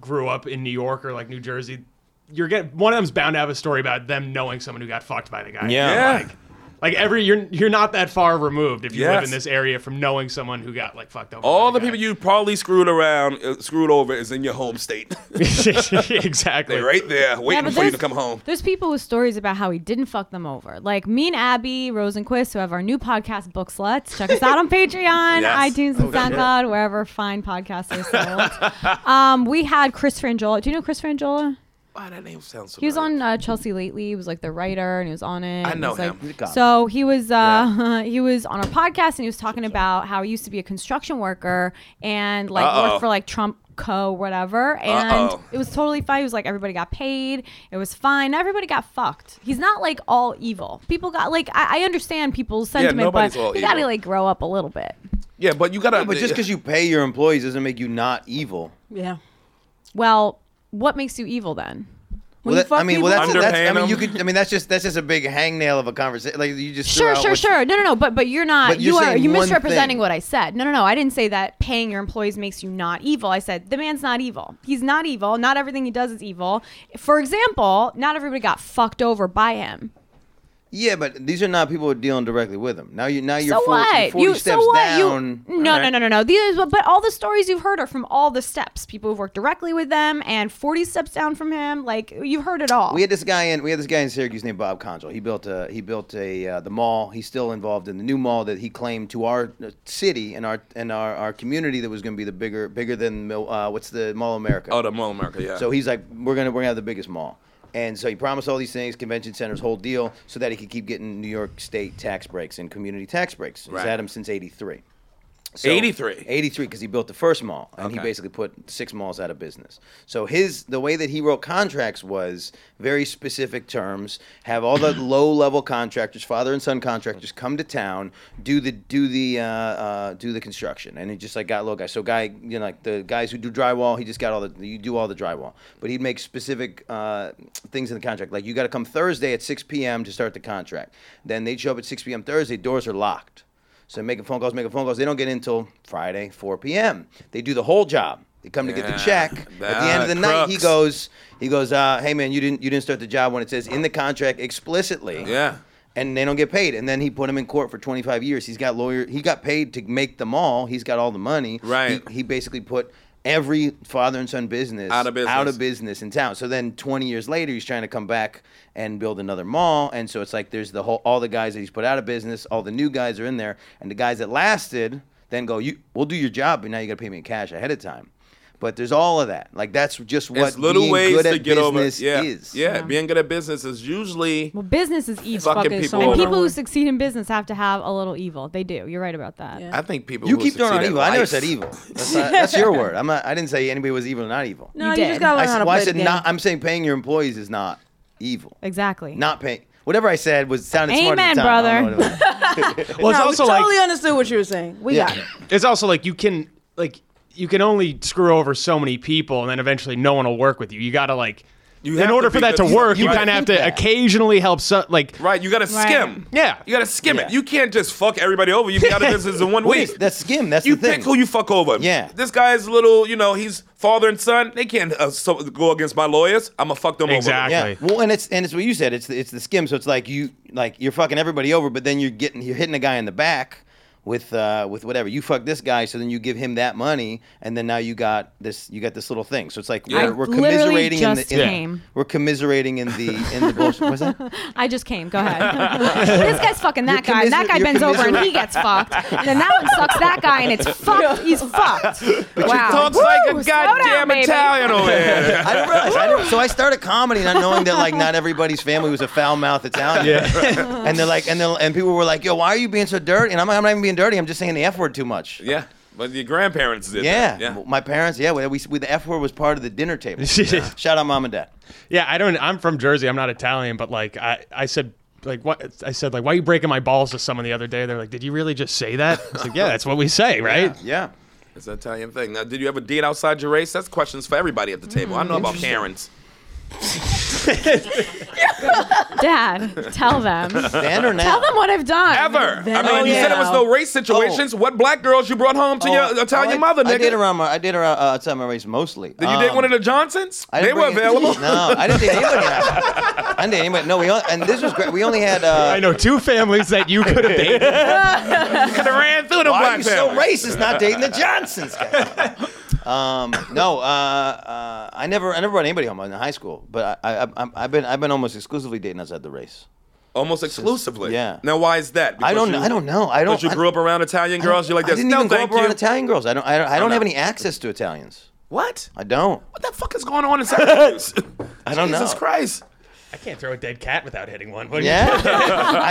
Speaker 9: grew up in New York or like New Jersey, you're get one of them's bound to have a story about them knowing someone who got fucked by the guy.
Speaker 8: Yeah.
Speaker 6: Yeah.
Speaker 9: Like every you're you're not that far removed if you live
Speaker 6: Yes.
Speaker 9: in this area from knowing someone who got like fucked up.
Speaker 6: All the people you probably screwed around, uh, screwed over, is in your home state.
Speaker 9: exactly
Speaker 6: They're right there
Speaker 7: Yeah,
Speaker 6: waiting
Speaker 7: but
Speaker 6: for you to
Speaker 7: there's-
Speaker 6: come home.
Speaker 7: There's people with stories about how he didn't fuck them over. Like me and Abby Rosenquist, who have our new podcast, Book Sluts. Check us out on Patreon,
Speaker 6: Yes. Oh,
Speaker 7: iTunes, and SoundCloud, wherever fine podcasts are sold. um, we had Chris Frangiola. Do you know Chris Frangiola?
Speaker 6: Why that name sounds so
Speaker 7: He was
Speaker 6: familiar.
Speaker 7: on uh, Chelsea lately. He was like the writer, and he was on it.
Speaker 6: I
Speaker 7: and
Speaker 6: know
Speaker 7: he's, like-
Speaker 6: him. He's a
Speaker 8: cop.
Speaker 7: so he was uh, he was on a podcast, and he was talking about how he used to be a construction worker and like
Speaker 6: Uh-oh.
Speaker 7: worked for like Trump Co. whatever, and
Speaker 6: Uh-oh.
Speaker 7: it was totally fine. He was like everybody got paid. It was fine. Everybody got fucked. He's not like all evil. People got like I, I understand people's sentiment,
Speaker 6: nobody's
Speaker 7: but
Speaker 6: all
Speaker 7: you gotta
Speaker 6: evil.
Speaker 7: like grow up a little bit.
Speaker 6: Yeah, but you gotta.
Speaker 8: But just because you pay your employees doesn't make you not evil.
Speaker 10: Yeah.
Speaker 7: Well, what makes you evil then?
Speaker 10: When
Speaker 8: well,
Speaker 10: you fuck
Speaker 8: I mean, well,
Speaker 10: people
Speaker 8: that's,
Speaker 10: up,
Speaker 8: that's I mean,
Speaker 6: Underpaying
Speaker 8: you
Speaker 6: them.
Speaker 8: could. I mean, that's just that's just a big hangnail of a conversation. Like you just threw
Speaker 7: Sure,
Speaker 8: out
Speaker 7: sure,
Speaker 8: what's-
Speaker 7: sure. No, no, no. But but you're not.
Speaker 8: But you're
Speaker 7: you are
Speaker 8: saying
Speaker 7: you
Speaker 8: one
Speaker 7: misrepresenting
Speaker 8: thing.
Speaker 7: what I said. No, no, no. I didn't say that paying your employees makes you not evil. I said the man's not evil. He's not evil. Not everything he does is evil. For example, not everybody got fucked over by him.
Speaker 8: Yeah, but these are not people who are dealing directly with them. Now you now you're
Speaker 7: so
Speaker 8: 40,
Speaker 7: what?
Speaker 8: 40
Speaker 7: You
Speaker 8: steps
Speaker 7: so what?
Speaker 8: down.
Speaker 7: You no, no, no, no, no. These but all the stories you've heard are from all the steps. People who've worked directly with them and 40 steps down from him. Like you've heard it all.
Speaker 8: We had this guy in we had this guy in Syracuse named Bob Conjol. He built a he built a uh, the mall. He's still involved in the new mall that he claimed to our uh, city and our and our, our community that was going to be the bigger bigger than Mil- uh, what's the Mall of America.
Speaker 6: Oh, the Mall of America, yeah.
Speaker 8: So he's like, we're gonna we're gonna have the biggest mall. And so he promised all these things, convention centers, whole deal, so that he could keep getting New York State tax breaks and community tax breaks. He's
Speaker 6: Right.
Speaker 8: had them since '83. So-
Speaker 6: 83?
Speaker 8: 83 because he built the first mall and he
Speaker 6: Okay.
Speaker 8: basically put six malls out of business so his the way that he wrote contracts was very specific terms have all the low level contractors father and son contractors come to town do the do the uh, uh, do the construction and it just like got low guys so guy you know like the guys who do drywall he just got all the you do all the drywall but he'd make specific uh, things in the contract like you got to come thursday at 6 p.m to start the contract then they'd show up at 6 p.m thursday doors are locked so making phone calls, making phone calls. They don't get in until Friday, 4 p.m. They do the whole job. They come to get the check. At the end of the
Speaker 6: that
Speaker 8: night, he
Speaker 6: crooks.
Speaker 8: goes, he goes, uh, hey man, you didn't you didn't start the job when it says in the contract explicitly.
Speaker 6: Yeah.
Speaker 8: And they don't get paid. And then he put him in court for 25 years. He's got lawyer. He got paid to make the mall. He's got all the money.
Speaker 6: Right.
Speaker 8: He, he basically put every father and son business
Speaker 6: Out of business.
Speaker 8: out of business in town. So then 20 years later, he's trying to come back and build another mall. And so it's like there's the whole all the guys that he's put out of business, all the new guys are in there, and the guys that lasted then go, "You, we'll do your job, but now you got to pay me in cash ahead of time." But there's all of that. Like that's just what
Speaker 6: It's little
Speaker 8: being
Speaker 6: ways
Speaker 8: good
Speaker 6: to
Speaker 8: at
Speaker 6: get over.
Speaker 8: business
Speaker 6: Yeah.
Speaker 8: is.
Speaker 6: yeah, being good at business is usually
Speaker 7: Well, business is evil.
Speaker 6: Fucking
Speaker 7: and
Speaker 6: people over.
Speaker 7: people who succeed in business have to have a little evil. They do. You're right about that.
Speaker 10: Yeah.
Speaker 6: I think people
Speaker 8: You
Speaker 6: who
Speaker 8: keep throwing out
Speaker 6: succeed at
Speaker 8: evil. I never
Speaker 6: life-
Speaker 8: said evil. That's, not, that's your word. I'm not. I didn't say anybody was evil or not evil.
Speaker 10: No,
Speaker 7: You
Speaker 10: you,
Speaker 7: did.
Speaker 10: just gotta
Speaker 8: I,
Speaker 10: learn
Speaker 8: s-
Speaker 10: how to
Speaker 8: well, I
Speaker 10: play
Speaker 8: said
Speaker 10: the game.
Speaker 8: not. I'm saying paying your employees is not evil.
Speaker 7: Exactly.
Speaker 8: Not paying. Whatever I said was sounded smart at the
Speaker 7: Amen,
Speaker 8: time. I don't know what it was.
Speaker 9: Well, it's
Speaker 10: no,
Speaker 9: also
Speaker 10: we
Speaker 9: like
Speaker 10: totally understood what you were saying. We got it.
Speaker 9: it's also like you can like you can only screw over so many people, and then eventually no one will work with you. You gotta like. in
Speaker 6: have
Speaker 9: order
Speaker 6: to
Speaker 9: for
Speaker 6: be
Speaker 9: that to
Speaker 6: good-
Speaker 9: work, you
Speaker 6: Right.
Speaker 9: kind of have to occasionally help. So, like,
Speaker 6: Right, you got to skim.
Speaker 9: Yeah.
Speaker 6: you got to skim
Speaker 8: Yeah.
Speaker 6: it. You can't just fuck everybody over. You got to business in one
Speaker 8: Wait,
Speaker 6: week.
Speaker 8: that's skim. That's
Speaker 6: you
Speaker 8: the thing.
Speaker 6: pick who you fuck over.
Speaker 8: Yeah.
Speaker 6: this guy's little. You know, he's father and son. They can't uh, so, go against my lawyers. I'ma fuck them
Speaker 9: Exactly.
Speaker 8: yeah.
Speaker 9: Right.
Speaker 8: Well, and it's and it's what you said. It's the, it's the skim. So it's like you like you're fucking everybody over, but then you're getting you're hitting a guy in the back with uh with whatever you fuck this guy. So then you give him that money, and then now you got this you got this little thing. So it's like
Speaker 7: I
Speaker 8: we're, we're
Speaker 7: literally
Speaker 8: commiserating in
Speaker 7: just
Speaker 8: the in,
Speaker 7: came.
Speaker 8: we're commiserating in the in the bullshit. What's that?
Speaker 7: I just came. Go ahead. this guy's fucking that
Speaker 8: You're
Speaker 7: guy. and that
Speaker 8: commiser-
Speaker 7: guy
Speaker 8: you're
Speaker 7: bends over and
Speaker 8: commiser-
Speaker 7: he gets fucked. And then that one sucks that guy and it's fucked. He's fucked. wow.
Speaker 6: Talks
Speaker 7: Woo,
Speaker 6: like a
Speaker 7: slow down,
Speaker 6: goddamn
Speaker 7: baby.
Speaker 6: Italian over here.
Speaker 8: I didn't realize. I didn't- so I started comedy not knowing that like not everybody's family was a foul mouthed Italian. and they're like, and they and people were like, "Yo, why are you being so dirty?" And I'm, like, I'm not even being dirty. I'm just saying the f word too much.
Speaker 6: yeah, but your grandparents did.
Speaker 8: Yeah.
Speaker 6: that. yeah.
Speaker 8: my parents. Yeah, we, we, we the F word was part of the dinner table.
Speaker 9: Yeah.
Speaker 8: Shout out mom and dad.
Speaker 9: Yeah, I don't. I'm from Jersey. I'm not Italian, but like I, I said, like what I said, like why are you breaking my balls to someone the other day? They're like, did you really just say that? I was like, yeah, that's what we say, right?
Speaker 8: Yeah,
Speaker 6: It's an Italian thing. Now, did you ever date outside your race? That's questions for everybody at the table. I know about Karens.
Speaker 7: Dad, tell them. tell
Speaker 8: then or now.
Speaker 7: them what I've done.
Speaker 6: Ever. I mean,
Speaker 10: Oh,
Speaker 6: you said it was
Speaker 10: yeah.
Speaker 6: no race situations. What black girls you brought home to
Speaker 8: Oh,
Speaker 6: your Italian
Speaker 8: I-
Speaker 6: mother, nigga?
Speaker 8: I did around my. I did around uh, outside my race mostly. Um,
Speaker 6: Did you date one of the Johnsons? They were available.
Speaker 8: No, I didn't date anybody. I didn't date anybody. No, we only, and this was great. We only had. Uh,
Speaker 9: I know two families that you could have dated.
Speaker 6: Could have ran through the
Speaker 8: Why
Speaker 6: black
Speaker 8: are you
Speaker 6: family.
Speaker 8: so racist? Not dating the Johnsons. guys? um, no, uh, uh, I never, I never brought anybody home in high school, but I, I, I, I've been, I've been almost exclusively dating outside the race.
Speaker 6: Almost exclusively.
Speaker 8: yeah.
Speaker 6: Now, why is that?
Speaker 8: I don't,
Speaker 6: Because you-
Speaker 8: I don't know. I don't.
Speaker 6: Because you grew up around Italian girls, you're like,
Speaker 8: I
Speaker 6: this.
Speaker 8: didn't
Speaker 6: no,
Speaker 8: even grow
Speaker 6: thank
Speaker 8: up around
Speaker 6: you.
Speaker 8: Italian girls. I don't, I don't, I don't
Speaker 6: no.
Speaker 8: have any access to Italians.
Speaker 6: What?
Speaker 8: I don't.
Speaker 6: What the fuck is going on in Syracuse?
Speaker 8: I don't
Speaker 6: Jesus
Speaker 8: know.
Speaker 6: Christ.
Speaker 9: I can't throw a dead cat without hitting one. What do you-
Speaker 8: Yeah,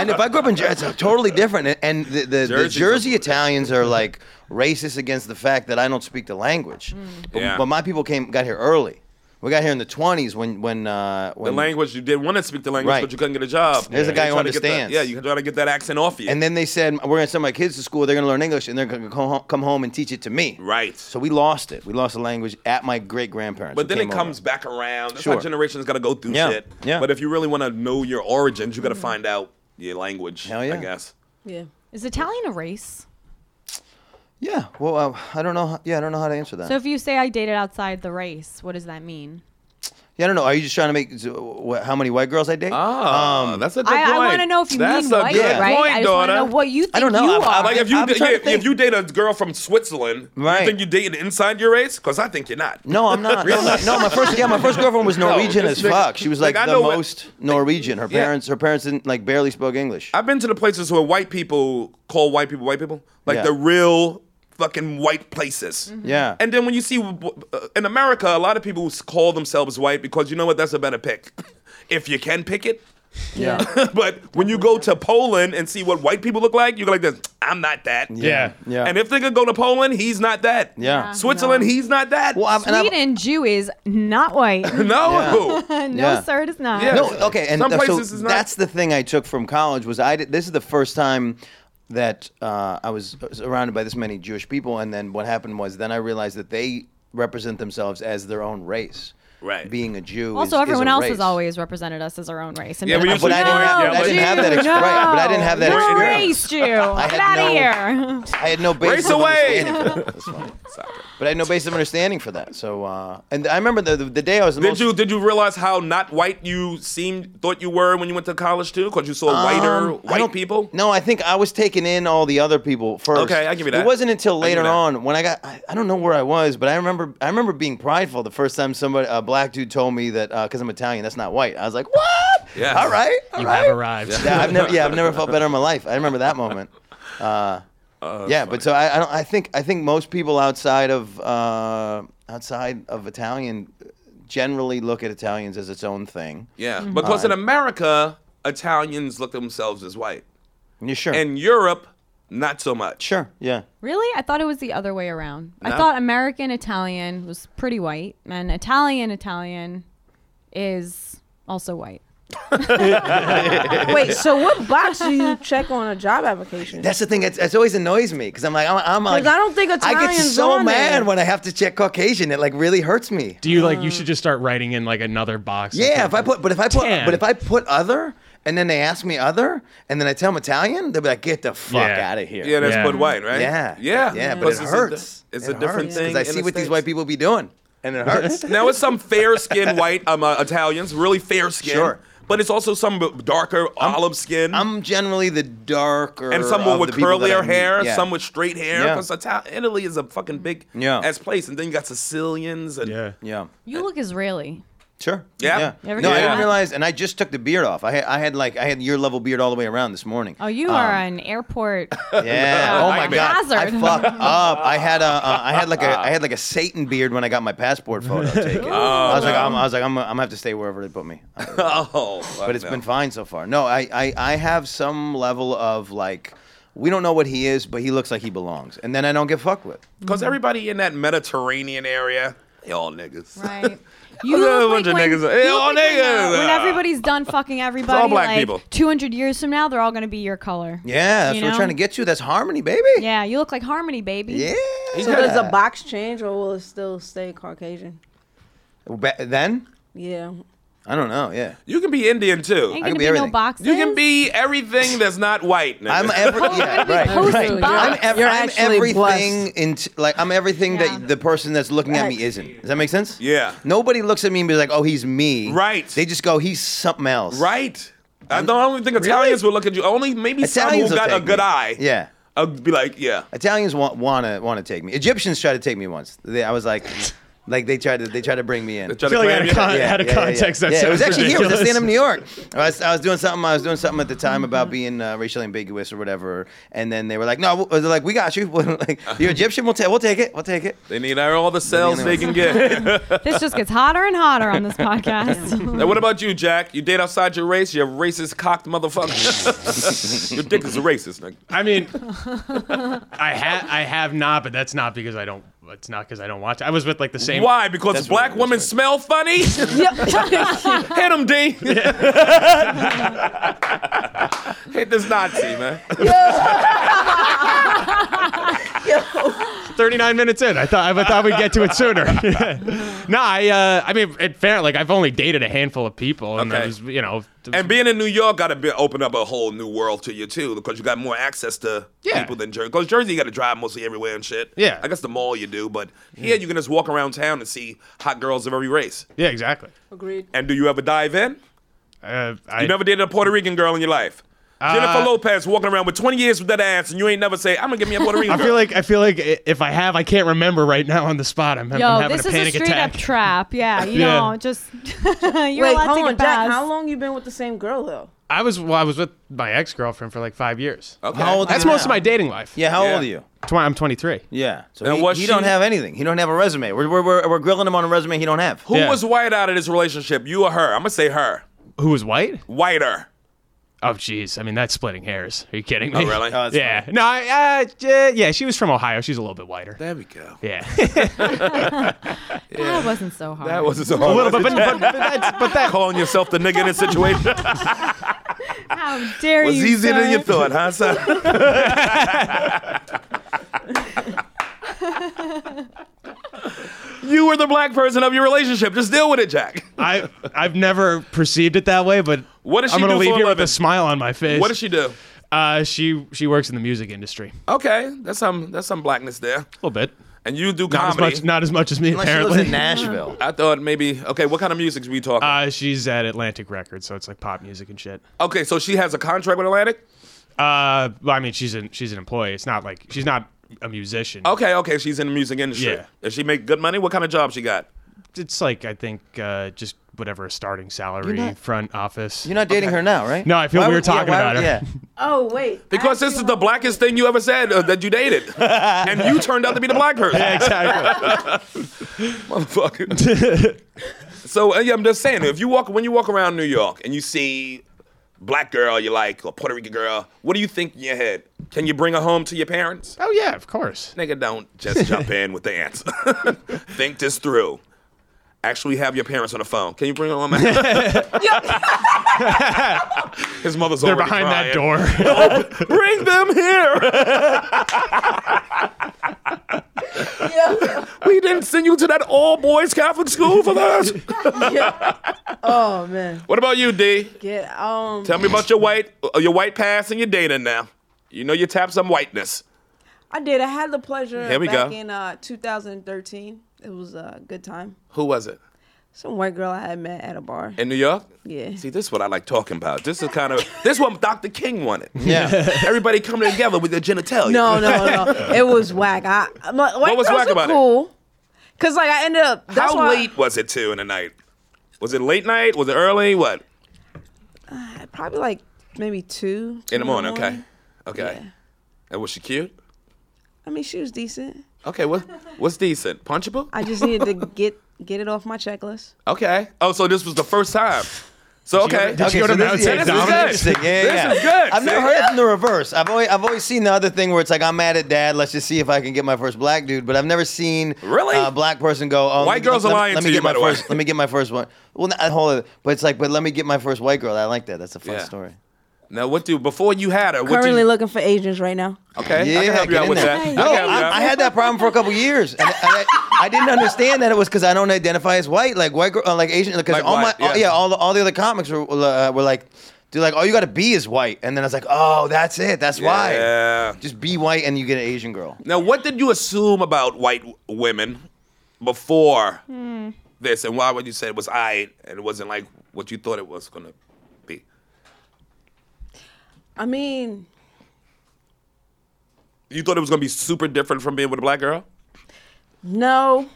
Speaker 8: and if I grew up in Jersey, it's totally different. And- And the the, the
Speaker 6: Jersey's a-
Speaker 8: Jersey Italians are like racist against the fact that I don't speak the language. But,
Speaker 6: Yeah.
Speaker 8: but my people came got here early. We got here in the twenties when when uh,
Speaker 6: The
Speaker 8: when
Speaker 6: language, you did want to speak the language,
Speaker 8: Right.
Speaker 6: but you couldn't get a job.
Speaker 8: There's a
Speaker 6: You
Speaker 8: guy who
Speaker 6: try to get that-
Speaker 8: understands.
Speaker 6: yeah, you can try to get that accent off you.
Speaker 8: And then they said, "We're going to send my kids to school. They're going to learn English, and they're going to come home, come home and teach it to me."
Speaker 6: Right.
Speaker 8: So we lost it. We lost the language at my great grandparents.
Speaker 6: But then it comes back around. That's how
Speaker 8: Sure.
Speaker 6: generations got to go through
Speaker 8: Yeah,
Speaker 6: shit.
Speaker 8: yeah.
Speaker 6: But if you really want to know your origins, you got to
Speaker 7: Mm-hmm.
Speaker 6: find out your language.
Speaker 8: Hell yeah.
Speaker 6: I guess.
Speaker 10: Yeah.
Speaker 7: Is Italian a race?
Speaker 8: Yeah. Well, uh, I don't know. How, yeah, I don't know how to answer that.
Speaker 7: So if you say I dated outside the race, what does that mean?
Speaker 8: yeah, I don't know. Are you just trying to make so, what, how many white girls I date?
Speaker 6: Ah, that's a good
Speaker 7: I, I want to know if you
Speaker 6: That's
Speaker 7: mean
Speaker 6: a
Speaker 7: white,
Speaker 6: good
Speaker 7: right?
Speaker 6: point,
Speaker 7: I just want
Speaker 6: daughter.
Speaker 7: to know what you think
Speaker 8: I don't know.
Speaker 7: you
Speaker 8: I've- I've-
Speaker 7: are.
Speaker 6: Uh, like if you
Speaker 8: I'm
Speaker 6: da-
Speaker 8: trying to
Speaker 6: if, if
Speaker 8: think.
Speaker 6: you date a girl from Switzerland, you
Speaker 8: Right.
Speaker 6: think you dating inside your race? Because I think you're not.
Speaker 8: No, I'm not. No, no, no, my first yeah, my first girlfriend was Norwegian
Speaker 6: this
Speaker 8: as
Speaker 6: nigga-
Speaker 8: fuck. She was
Speaker 6: like,
Speaker 8: like,
Speaker 6: I
Speaker 8: the
Speaker 6: know what-
Speaker 8: most Norwegian. Her
Speaker 6: Yeah.
Speaker 8: parents her parents didn't like barely spoke English.
Speaker 6: I've been to the places where white people call white people white people, like
Speaker 8: Yeah.
Speaker 6: the real fucking white places.
Speaker 7: Mm-hmm.
Speaker 8: Yeah.
Speaker 6: And then when you see uh, in America, a lot of people s- call themselves white because you know what? That's a better pick. if you can pick it.
Speaker 7: Yeah.
Speaker 6: but when you go to Poland and see what white people look like, you go like this. I'm not that.
Speaker 9: Yeah.
Speaker 8: Yeah.
Speaker 6: And if they could go to Poland, he's not that.
Speaker 8: Yeah. Yeah,
Speaker 6: Switzerland,
Speaker 7: no.
Speaker 6: he's not that.
Speaker 8: well, I've, and I've-
Speaker 7: Sweden Jew is not white.
Speaker 6: no.
Speaker 7: no,
Speaker 8: Yeah.
Speaker 7: sir, it is not.
Speaker 6: Yeah.
Speaker 8: No, okay, and
Speaker 6: Some
Speaker 8: th- so
Speaker 6: places it's not-
Speaker 8: that's the thing I took from college was I. Did, this is the first time that uh, I was surrounded by this many Jewish people, and then what happened was then I realized that they represent themselves as their own race.
Speaker 2: Right.
Speaker 8: Being a Jew. is-
Speaker 7: Also,
Speaker 8: is,
Speaker 7: everyone
Speaker 8: a
Speaker 7: else
Speaker 8: race.
Speaker 7: has always represented us as our own race. And
Speaker 6: Yeah,
Speaker 7: been
Speaker 6: we
Speaker 7: like,
Speaker 6: usually
Speaker 8: But I didn't
Speaker 7: "No,
Speaker 8: have- I didn't have that
Speaker 7: Jew,
Speaker 8: ex- right, but I didn't have that
Speaker 7: no,
Speaker 8: experience.
Speaker 7: You're a race Jew. Get
Speaker 8: had
Speaker 7: out
Speaker 8: no-
Speaker 7: of here.
Speaker 8: I had no basis
Speaker 6: Race
Speaker 8: of
Speaker 6: away!
Speaker 8: understanding for that. That's fine. But I had no basis of understanding for that. So, uh, and I remember the, the, the day I was the
Speaker 6: Did
Speaker 8: most.
Speaker 6: you did you realize how not white you seemed thought you were when you went to college too? Because you saw whiter
Speaker 8: Um, I
Speaker 6: white
Speaker 8: don't-
Speaker 6: people.
Speaker 8: No, I think I was taking in all the other people first.
Speaker 6: Okay, I give you that.
Speaker 8: It wasn't until
Speaker 6: I give you
Speaker 8: later
Speaker 6: that.
Speaker 8: on when I got I, I don't know where I was, but I remember I remember being prideful the first time somebody a black dude told me that because I'm Italian that's not white. I was like, what?
Speaker 6: Yeah.
Speaker 8: All right. all
Speaker 9: You
Speaker 8: right."
Speaker 9: have arrived.
Speaker 8: Yeah, I've never yeah I've never felt better in my life. I remember that moment. Uh, yeah, but so I, I don't I think I think most people outside of uh, outside of Italian generally look at Italians as its own thing.
Speaker 6: Yeah, because in America, Italians look themselves as white.
Speaker 8: Yeah, sure.
Speaker 6: In Europe, not so much.
Speaker 8: sure. Yeah.
Speaker 7: Really? I thought it was the other way around. I thought American Italian was pretty white, and Italian Italian is also white.
Speaker 10: Wait, so what box do you check on a job application?
Speaker 8: That's the thing. It's, it's always annoys me because I'm like, I'm, I'm like,
Speaker 10: I don't think
Speaker 8: I get
Speaker 10: Italian's
Speaker 8: so
Speaker 10: on
Speaker 8: mad
Speaker 10: there.
Speaker 8: when I have to check Caucasian. It like really hurts me.
Speaker 9: Do you like? You should just start writing in like another box.
Speaker 8: Yeah, if I put, but if I put,
Speaker 9: Tan.
Speaker 8: but if I put other, and then they ask me other, and then I tell them Italian, they'll be like, get the fuck
Speaker 9: Yeah.
Speaker 8: out of here.
Speaker 6: Yeah, that's
Speaker 9: Yeah.
Speaker 6: put white, right?
Speaker 8: yeah,
Speaker 6: yeah,
Speaker 8: yeah. But
Speaker 6: Because
Speaker 8: it
Speaker 6: it's
Speaker 8: hurts.
Speaker 6: A, di- it's
Speaker 8: It
Speaker 6: a different
Speaker 8: hurts,
Speaker 6: thing.
Speaker 8: I
Speaker 6: in
Speaker 8: see
Speaker 6: the
Speaker 8: what these
Speaker 6: States.
Speaker 8: white people be doing, and it hurts.
Speaker 6: Now it's some fair-skinned white um, uh, Italians, really fair-skinned.
Speaker 8: Sure.
Speaker 6: But it's also some b- darker olive skin.
Speaker 8: I'm generally the darker,
Speaker 6: Hmm? and someone
Speaker 8: of
Speaker 6: with
Speaker 8: the people that I
Speaker 6: curlier
Speaker 8: meet.
Speaker 6: hair,
Speaker 8: Yeah.
Speaker 6: some with straight hair.
Speaker 8: Yeah.
Speaker 6: Because Italy is a fucking big
Speaker 8: Yeah.
Speaker 6: ass place, and then you got Sicilians and
Speaker 9: Yeah.
Speaker 8: yeah.
Speaker 7: You look Israeli.
Speaker 8: Sure.
Speaker 6: Yeah. You
Speaker 7: ever
Speaker 8: No,
Speaker 7: get
Speaker 8: I didn't
Speaker 7: that?
Speaker 8: realize, and I just took the beard off. I had, I had like, I had your level beard all the way around this morning.
Speaker 7: Oh, you are an airport.
Speaker 8: Yeah. Oh my
Speaker 7: Nightmare.
Speaker 8: god. I
Speaker 7: Hazard.
Speaker 8: fucked up. I had a, uh, I had like a, I had like a Satan beard when I got my passport photo taken. I was like, I'm, I was like, I'm, I'm gonna have to stay wherever they put me.
Speaker 6: oh,
Speaker 8: But it's been fine so far. No, I, I, I have some level of like, we don't know what he is, but he looks like he belongs, and then I don't get fucked with.
Speaker 6: because everybody in that Mediterranean area, they all niggas.
Speaker 7: Right. You
Speaker 6: Look at a
Speaker 7: look
Speaker 6: bunch
Speaker 7: like
Speaker 6: of
Speaker 7: when,
Speaker 6: niggas. Hey,
Speaker 7: you look
Speaker 6: all
Speaker 7: like when, uh,
Speaker 6: niggas.
Speaker 7: when everybody's done fucking everybody,
Speaker 6: black
Speaker 7: like
Speaker 6: people.
Speaker 7: 200 years from now, they're all going to be your color.
Speaker 8: Yeah, that's
Speaker 7: You
Speaker 8: what we're
Speaker 7: know?
Speaker 8: trying to get to. That's harmony, baby.
Speaker 7: Yeah, you look like Harmony, baby.
Speaker 8: Yeah.
Speaker 10: So does the box change or will it still stay Caucasian?
Speaker 8: Ba- then
Speaker 10: Yeah.
Speaker 8: I don't know. Yeah.
Speaker 6: You can be Indian too.
Speaker 7: Ain't
Speaker 8: I
Speaker 7: going to
Speaker 8: can be
Speaker 7: be, no
Speaker 8: everything.
Speaker 7: boxes.
Speaker 6: You can be everything that's not white. nigga.
Speaker 8: I'm every, yeah,
Speaker 7: be
Speaker 8: right,
Speaker 7: posted
Speaker 8: right.
Speaker 7: by-
Speaker 8: I'm, ev-
Speaker 10: You're
Speaker 8: I'm
Speaker 10: actually
Speaker 8: everything in like I'm everything
Speaker 7: Yeah.
Speaker 8: that the person that's looking at me
Speaker 10: Right.
Speaker 8: isn't. Does that make sense?
Speaker 6: Yeah.
Speaker 8: Nobody looks at me and be like, "Oh, he's me."
Speaker 6: Right.
Speaker 8: They just go, "He's something else."
Speaker 6: right. I don't, I don't think Italians will look at you. Only maybe
Speaker 8: Italians will
Speaker 6: some who got
Speaker 8: take
Speaker 6: a good
Speaker 8: me.
Speaker 6: eye.
Speaker 8: Yeah.
Speaker 6: I'll be like, yeah.
Speaker 8: Italians want wanna wanna take me. Egyptians tried to take me once. They, I was like, like they tried to they tried to bring me in.
Speaker 6: Try
Speaker 9: I feel like
Speaker 6: claim
Speaker 9: out
Speaker 6: you.
Speaker 9: of, con- out of context, that
Speaker 8: yeah, it was
Speaker 9: sounds
Speaker 8: actually here. It was
Speaker 9: ridiculous. Mm-hmm.
Speaker 8: at stand-up New York. I was, I was doing something. I was doing something at the time about being uh, racially ambiguous or whatever. And then they were like, "No, they're like, we got you. like, you're Egyptian. We'll take. We'll take it. We'll take it."
Speaker 6: They need all the cells they can get.
Speaker 7: This just gets hotter and hotter on this podcast.
Speaker 6: now, what about you, Jack? You date outside your race? You're a racist cocked motherfucker. your dick is a racist, nigga.
Speaker 9: I mean, I ha- I have not, but that's not because I don't. It's not because I don't watch. I was with like the same.
Speaker 6: Why? Because black women smell funny? Hit him, D. Hit this Nazi, man.
Speaker 9: 39 minutes in. I thought I thought we'd get to it sooner. no, I uh, I mean, it fair. Like I've only dated a handful of people, and
Speaker 6: Okay.
Speaker 9: that was you know. th-
Speaker 6: And being in New York got to be, open up a whole new world to you too, because you got more access to
Speaker 9: Yeah.
Speaker 6: people than Jersey. Because Jersey, you got to drive mostly everywhere and shit.
Speaker 9: Yeah.
Speaker 6: I guess the mall you do, but here you can just walk around town and see hot girls of every race.
Speaker 9: yeah, exactly.
Speaker 10: Agreed.
Speaker 6: And do you ever dive in?
Speaker 9: Uh, I,
Speaker 6: You never dated a Puerto Rican girl in your life.
Speaker 9: Uh,
Speaker 6: Jennifer Lopez walking around with 20 years with that ass, and you ain't never say, "I'm gonna give me a Puerto Rican."
Speaker 9: I
Speaker 6: girl.
Speaker 9: feel like I feel like i- if I have, I can't remember right now on the spot. I'm, I'm
Speaker 7: Yo,
Speaker 9: having
Speaker 7: this
Speaker 9: a
Speaker 7: is a
Speaker 9: panic
Speaker 7: straight
Speaker 9: attack.
Speaker 7: up trap. Yeah, you
Speaker 9: Yeah.
Speaker 7: know, just you're
Speaker 10: Wait,
Speaker 7: allowed to
Speaker 10: hold
Speaker 7: get
Speaker 10: on, Jack.
Speaker 7: passed.
Speaker 10: How long you been with the same girl though?
Speaker 9: I was well, I was with my ex girlfriend for like five years.
Speaker 6: Okay.
Speaker 8: How old are
Speaker 9: That's
Speaker 8: you
Speaker 9: most
Speaker 8: now?
Speaker 9: of my dating life.
Speaker 8: Yeah. How
Speaker 6: Yeah.
Speaker 8: old are you?
Speaker 9: Tw- I'm 23.
Speaker 8: Yeah. So
Speaker 6: And
Speaker 8: he,
Speaker 6: was
Speaker 8: he don't
Speaker 6: she-
Speaker 8: have anything. He don't have a resume. We're, we're, we're, we're grilling him on a resume he don't have.
Speaker 6: Who
Speaker 9: Yeah.
Speaker 6: was white out of this relationship? You or her? I'm gonna say her.
Speaker 9: Who was white?
Speaker 6: Whiter.
Speaker 9: Oh, jeez. I mean, that's splitting hairs. Are you kidding me?
Speaker 6: Oh, really?
Speaker 8: Oh, that's
Speaker 9: yeah. No. I, uh, j- yeah. She was from Ohio. She's a little bit whiter.
Speaker 6: There we go.
Speaker 9: yeah.
Speaker 7: That wasn't so hard.
Speaker 6: That was a little
Speaker 9: but, but, but, but that's, but that.
Speaker 6: calling yourself the nigga in this situation
Speaker 7: How dare
Speaker 6: was
Speaker 7: you?
Speaker 6: easier than you
Speaker 7: sir.
Speaker 6: thought, huh, son? you were the black person of your relationship. Just deal with it, Jack.
Speaker 9: I I've never perceived it that way, but
Speaker 6: What does she
Speaker 9: I'm gonna
Speaker 6: do
Speaker 9: leave
Speaker 6: for a
Speaker 9: here with
Speaker 6: living?
Speaker 9: a smile on my face.
Speaker 6: What does she do?
Speaker 9: Uh, she she works in the music industry. A
Speaker 6: Okay, that's some that's some blackness there.
Speaker 9: little bit.
Speaker 6: And you do
Speaker 9: Not
Speaker 6: comedy.
Speaker 9: as much not as much as me
Speaker 8: Unless she
Speaker 9: apparently.
Speaker 8: lives in Nashville.
Speaker 6: I thought maybe okay. What kind of music we talking?
Speaker 9: uh, she's at Atlantic Records, so it's like pop music and shit.
Speaker 6: okay, so she has a contract with Atlantic.
Speaker 9: Uh, well, I mean, she's an she's an employee. It's not like she's not a musician.
Speaker 6: Okay, okay, she's in the music industry.
Speaker 9: Yeah.
Speaker 6: Does she make good money? What kind of job she got?
Speaker 9: It's like I think uh, just whatever a starting salary,
Speaker 8: You're not-
Speaker 9: front office.
Speaker 8: You're not dating her now, right?
Speaker 9: No, I feel
Speaker 8: Why
Speaker 9: we were
Speaker 8: would- yeah,
Speaker 9: talking
Speaker 8: why
Speaker 9: about
Speaker 8: would-
Speaker 9: her.
Speaker 8: Yeah.
Speaker 10: Oh wait.
Speaker 6: Because
Speaker 10: I
Speaker 6: this is
Speaker 10: feel
Speaker 6: the
Speaker 10: like-
Speaker 6: blackest thing you ever said uh, that you dated, and you turned out to be the black person.
Speaker 9: yeah, exactly.
Speaker 6: motherfucker. so uh, yeah, I'm just saying, if you walk when you walk around New York and you see black girl you like or Puerto Rican girl, what do you think in your head? Can you bring her home to your parents?
Speaker 9: oh yeah, of course.
Speaker 6: Nigga, don't just jump in with the answer. think this through. Actually, have your parents on the phone. Can you bring her home? His mother's
Speaker 9: They're
Speaker 6: already
Speaker 9: behind that
Speaker 6: crying.
Speaker 9: door.
Speaker 6: Bring them here.
Speaker 10: Yeah.
Speaker 6: we didn't send you to that all boys Catholic school for this.
Speaker 10: Yeah. Oh man.
Speaker 6: what about you, D?
Speaker 10: Get um.
Speaker 6: Tell me about your white uh, your white past and your dating now. You know you tap some whiteness.
Speaker 10: I did. I had the pleasure
Speaker 6: Here we
Speaker 10: back
Speaker 6: go.
Speaker 10: in uh 2013. It was a good time.
Speaker 6: Who was it?
Speaker 10: Some white girl I had met at a bar.
Speaker 6: In New York?
Speaker 10: Yeah.
Speaker 6: See, this is what I like talking about. This is kind of this is what Dr. King wanted.
Speaker 8: Yeah.
Speaker 6: Everybody coming together with their genitalia.
Speaker 10: No, no, no. it was whack. I I'm like, white
Speaker 6: was
Speaker 10: girls
Speaker 6: whack
Speaker 10: are
Speaker 6: about it?
Speaker 10: cool. Cause like I ended up. That's
Speaker 6: How
Speaker 10: why
Speaker 6: late was it too in the night? Was it late night? Was it early? What?
Speaker 10: Probably like maybe two. two
Speaker 6: In the morning, okay. Okay.
Speaker 10: Yeah.
Speaker 6: And was she cute?
Speaker 10: I mean, she was decent.
Speaker 6: Okay, what what's decent? Punchable?
Speaker 10: I just needed to get get it off my checklist.
Speaker 6: Okay. Oh, so this was the first time. So okay.
Speaker 9: Did she go to
Speaker 8: this-
Speaker 9: Mount
Speaker 8: yeah,
Speaker 9: St.
Speaker 8: this is
Speaker 9: Dominic's?
Speaker 8: interesting. Yeah,
Speaker 6: This
Speaker 8: yeah.
Speaker 6: is good.
Speaker 8: I've never
Speaker 6: See?
Speaker 8: heard it from the reverse. I've always, I've always seen the other thing where it's like I'm mad at dad. Let's just see if I can get my first black dude. But I've never seen
Speaker 6: Really?
Speaker 8: a black person go. Oh, let
Speaker 6: White
Speaker 8: me-
Speaker 6: girls
Speaker 8: let,
Speaker 6: are
Speaker 8: let-
Speaker 6: lying
Speaker 8: let
Speaker 6: to
Speaker 8: me
Speaker 6: you,
Speaker 8: get
Speaker 6: by
Speaker 8: my
Speaker 6: the way.
Speaker 8: first. Let me get my first one. Well, not whole other, but it's like, but let me get my first white girl. I like that. That's a fun
Speaker 6: Yeah.
Speaker 8: story.
Speaker 6: Now what do before you had her? What did
Speaker 10: Currently
Speaker 6: you,
Speaker 10: looking for agents right now.
Speaker 6: okay.
Speaker 8: Yeah,
Speaker 6: I can help you
Speaker 8: get
Speaker 6: out
Speaker 8: in
Speaker 6: with
Speaker 8: there.
Speaker 6: that.
Speaker 8: No,
Speaker 6: I, can help you
Speaker 8: I,
Speaker 6: out.
Speaker 8: I had that problem for a couple years, and, and I, I didn't understand that it was because I don't identify as white, like white, girl, uh, like Asian, because
Speaker 6: Like
Speaker 8: all
Speaker 6: white,
Speaker 8: my, all-
Speaker 6: yeah.
Speaker 8: yeah, all the, all the other comics were uh, were like, dude, like all you got to be is white, and then I was like, oh, that's it, that's why,
Speaker 6: Yeah.
Speaker 8: just be white and you get an Asian girl.
Speaker 6: Now, what did you assume about white w- women before
Speaker 10: Hmm.
Speaker 6: this, and why would you say it was I and it wasn't like what you thought it was gonna be?
Speaker 10: I mean,
Speaker 6: You thought it was gonna be super different from being with a black girl.
Speaker 10: no.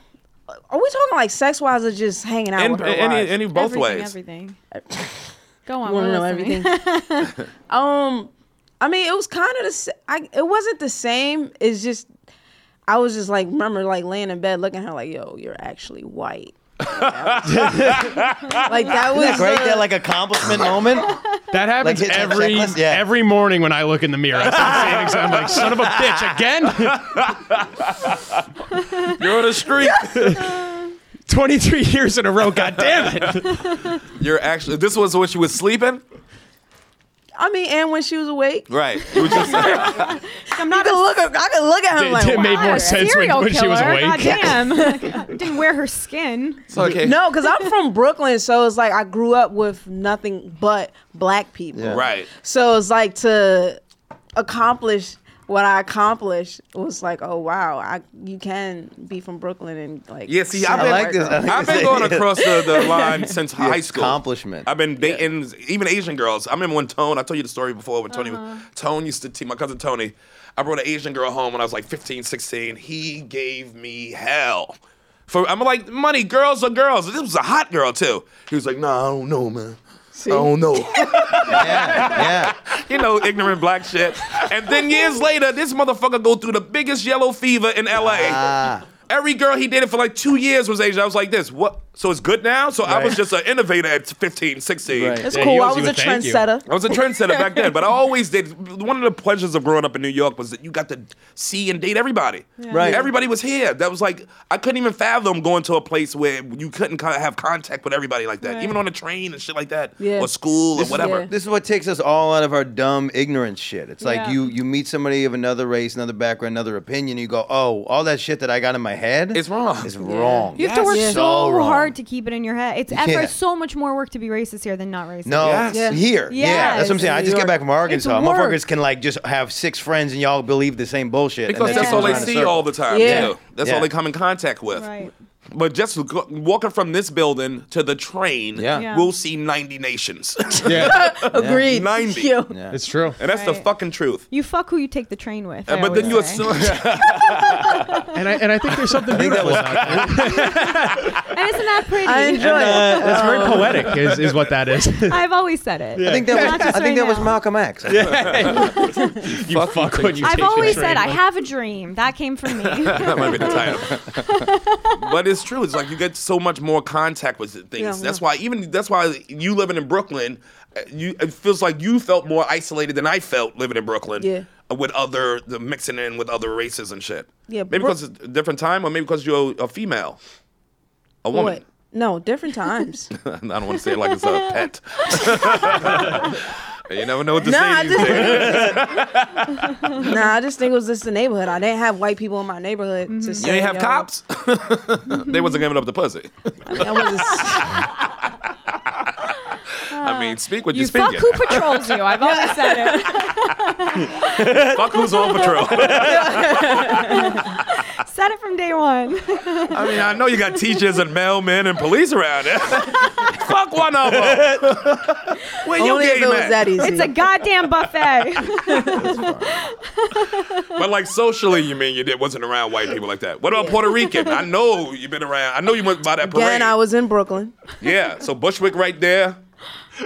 Speaker 10: Are we talking like sex wise or just hanging out
Speaker 6: And
Speaker 10: with her?
Speaker 6: any,
Speaker 10: wise?
Speaker 6: any both
Speaker 7: everything,
Speaker 6: ways.
Speaker 7: Everything. Go on.
Speaker 10: want
Speaker 7: we're
Speaker 10: to know
Speaker 7: listening.
Speaker 10: everything. um, I mean, it was kind of the. s- I it wasn't the same. It's just I was just like remember like laying in bed looking at her like, yo, you're actually white. like that was
Speaker 8: Isn't that great?
Speaker 10: the-
Speaker 8: That like accomplishment moment.
Speaker 9: That happens
Speaker 8: Like, hit that
Speaker 9: every
Speaker 8: checklist? Yeah.
Speaker 9: every morning when I look in the mirror. I see the same exact- I'm like, son of a bitch, again.
Speaker 6: You're on the street.
Speaker 9: Twenty three years in a row. God damn it.
Speaker 6: You're actually. This was when she was sleeping.
Speaker 10: I mean, and when she was awake,
Speaker 6: Right. You were just.
Speaker 10: I'm not gonna look. At, I could look at her
Speaker 9: It-
Speaker 10: like,
Speaker 9: it made
Speaker 10: wow.
Speaker 9: more sense when,
Speaker 7: Serial
Speaker 9: when she was
Speaker 7: killer. God
Speaker 9: awake.
Speaker 7: damn. Didn't wear her skin.
Speaker 6: It's okay.
Speaker 10: No, because I'm from Brooklyn, so it's like I grew up with nothing but black people.
Speaker 6: Right.
Speaker 10: So it's like to accomplish what I accomplished was like, oh wow, I you can be from Brooklyn and like.
Speaker 6: Yeah. See, I've
Speaker 8: I
Speaker 6: been.
Speaker 8: like this. I like
Speaker 6: I've
Speaker 8: this
Speaker 6: been going
Speaker 8: idea.
Speaker 6: across the, the line since high school.
Speaker 8: accomplishment.
Speaker 6: I've been dating even Asian girls. I remember when Tone, I told you the story before when Tony, Tone used to teach my cousin Tony. I brought an Asian girl home when I was like 15, 16. He gave me hell. For I'm like, money, girls are girls. This was a hot girl too. He was like, nah, I don't know, man. I don't know.
Speaker 8: yeah,
Speaker 6: you know, ignorant black shit. And then years later, this motherfucker go through the biggest yellow fever in LA.
Speaker 8: Ah.
Speaker 6: Every girl he dated for like two years was Asian. I was like, this, what So it's good now? So I was
Speaker 8: Right.
Speaker 6: just an innovator at 15, 16.
Speaker 8: Right.
Speaker 10: That's
Speaker 9: Yeah, he
Speaker 10: cool. I
Speaker 9: owes
Speaker 10: was
Speaker 9: you
Speaker 10: a
Speaker 9: a thank you.
Speaker 10: trendsetter.
Speaker 6: I was a trendsetter back then, but I always did. One of the pleasures of growing up in New York was that you got to see and date everybody.
Speaker 8: Right.
Speaker 6: Everybody was here. That was like I couldn't even fathom going to a place where you couldn't kind of have contact with everybody like that, even on a train and shit like that,
Speaker 10: Yeah.
Speaker 6: or school or
Speaker 10: This is-
Speaker 6: whatever.
Speaker 10: yeah.
Speaker 8: This is what takes us all out of our dumb ignorance shit. It's like
Speaker 7: Yeah.
Speaker 8: you you meet somebody of another race, another background, another opinion. You go, oh, all that shit that I got in my head
Speaker 6: It's wrong.
Speaker 8: Is wrong.
Speaker 7: You have to work
Speaker 10: Yeah.
Speaker 7: so,
Speaker 8: So wrong.
Speaker 7: hard to keep it in your head. It's effort,
Speaker 8: Yeah.
Speaker 7: so much more work to be racist here than not racist.
Speaker 8: No,
Speaker 6: Yes.
Speaker 10: Yeah.
Speaker 8: here. Yeah, that's what I'm
Speaker 10: Yes.
Speaker 8: saying. I just got back from Arkansas.
Speaker 7: It's work.
Speaker 8: Motherfuckers can like just have six friends and y'all believe the same bullshit. and
Speaker 6: because
Speaker 8: that
Speaker 6: that's
Speaker 8: just
Speaker 6: all
Speaker 8: goes
Speaker 6: they
Speaker 8: around in
Speaker 6: see
Speaker 8: circles.
Speaker 6: all the time.
Speaker 10: Yeah.
Speaker 6: too. That's
Speaker 8: Yeah.
Speaker 6: all they come in contact with.
Speaker 7: Right.
Speaker 6: But just go- walking from this building to the train,
Speaker 8: Yeah.
Speaker 7: Yeah.
Speaker 6: we'll see 90 nations.
Speaker 9: Yeah,
Speaker 10: Agreed.
Speaker 6: 90.
Speaker 10: Yo.
Speaker 9: it's true.
Speaker 6: and that's the
Speaker 7: Right.
Speaker 6: fucking truth.
Speaker 7: You fuck who you take the train with. I
Speaker 6: Uh, but then you
Speaker 7: always say.
Speaker 6: assume.
Speaker 9: And I and I think there's something beautiful about that.
Speaker 7: And isn't that pretty?
Speaker 10: I enjoy it.
Speaker 9: That's very poetic, is, is what that is.
Speaker 7: I've always said it.
Speaker 8: I think that
Speaker 7: Not
Speaker 8: was,
Speaker 7: just
Speaker 8: I think
Speaker 7: right
Speaker 8: that was
Speaker 7: now.
Speaker 8: Malcolm X.
Speaker 9: you fuck, when you
Speaker 7: I've
Speaker 9: take the
Speaker 7: always
Speaker 9: train.
Speaker 7: said I have a dream. That came from me.
Speaker 6: That might be the title. but it's true. It's like you get so much more contact with things.
Speaker 10: Yeah,
Speaker 6: that's
Speaker 10: yeah.
Speaker 6: why even that's why you living in Brooklyn, uh, you it feels like you felt more isolated than I felt living in Brooklyn.
Speaker 10: Yeah.
Speaker 6: uh, With other the mixing in with other races and shit.
Speaker 10: Yeah,
Speaker 6: Maybe
Speaker 10: Brook-
Speaker 6: because it's a different time, or maybe because you're a, a female, a woman.
Speaker 10: What? No, different times.
Speaker 6: I don't want to say it like it's a pet. you never know what to
Speaker 10: Nah, I
Speaker 6: say these
Speaker 10: just-
Speaker 6: days.
Speaker 10: nah, I just think it was just the neighborhood. I didn't have white people in my neighborhood. To say,
Speaker 6: Mm-hmm. You ain't have
Speaker 10: yo,
Speaker 6: cops. they wasn't giving up the pussy.
Speaker 10: I mean, I was
Speaker 6: I mean, speak what
Speaker 7: Uh, you
Speaker 6: you speak.
Speaker 7: fuck who patrols you. I've always said it.
Speaker 6: fuck who's on patrol.
Speaker 7: said it from day one.
Speaker 6: I mean, I know you got teachers and mailmen and police around it. Fuck one of them. Where you
Speaker 10: only if it
Speaker 6: game
Speaker 10: was
Speaker 6: at?
Speaker 10: that easy.
Speaker 7: It's a goddamn buffet.
Speaker 6: But like socially, you mean you did wasn't around white people like that? What about Puerto Rican? I know you've been around. I know you went by that parade.
Speaker 10: Again, I was in Brooklyn.
Speaker 6: yeah, so Bushwick right there.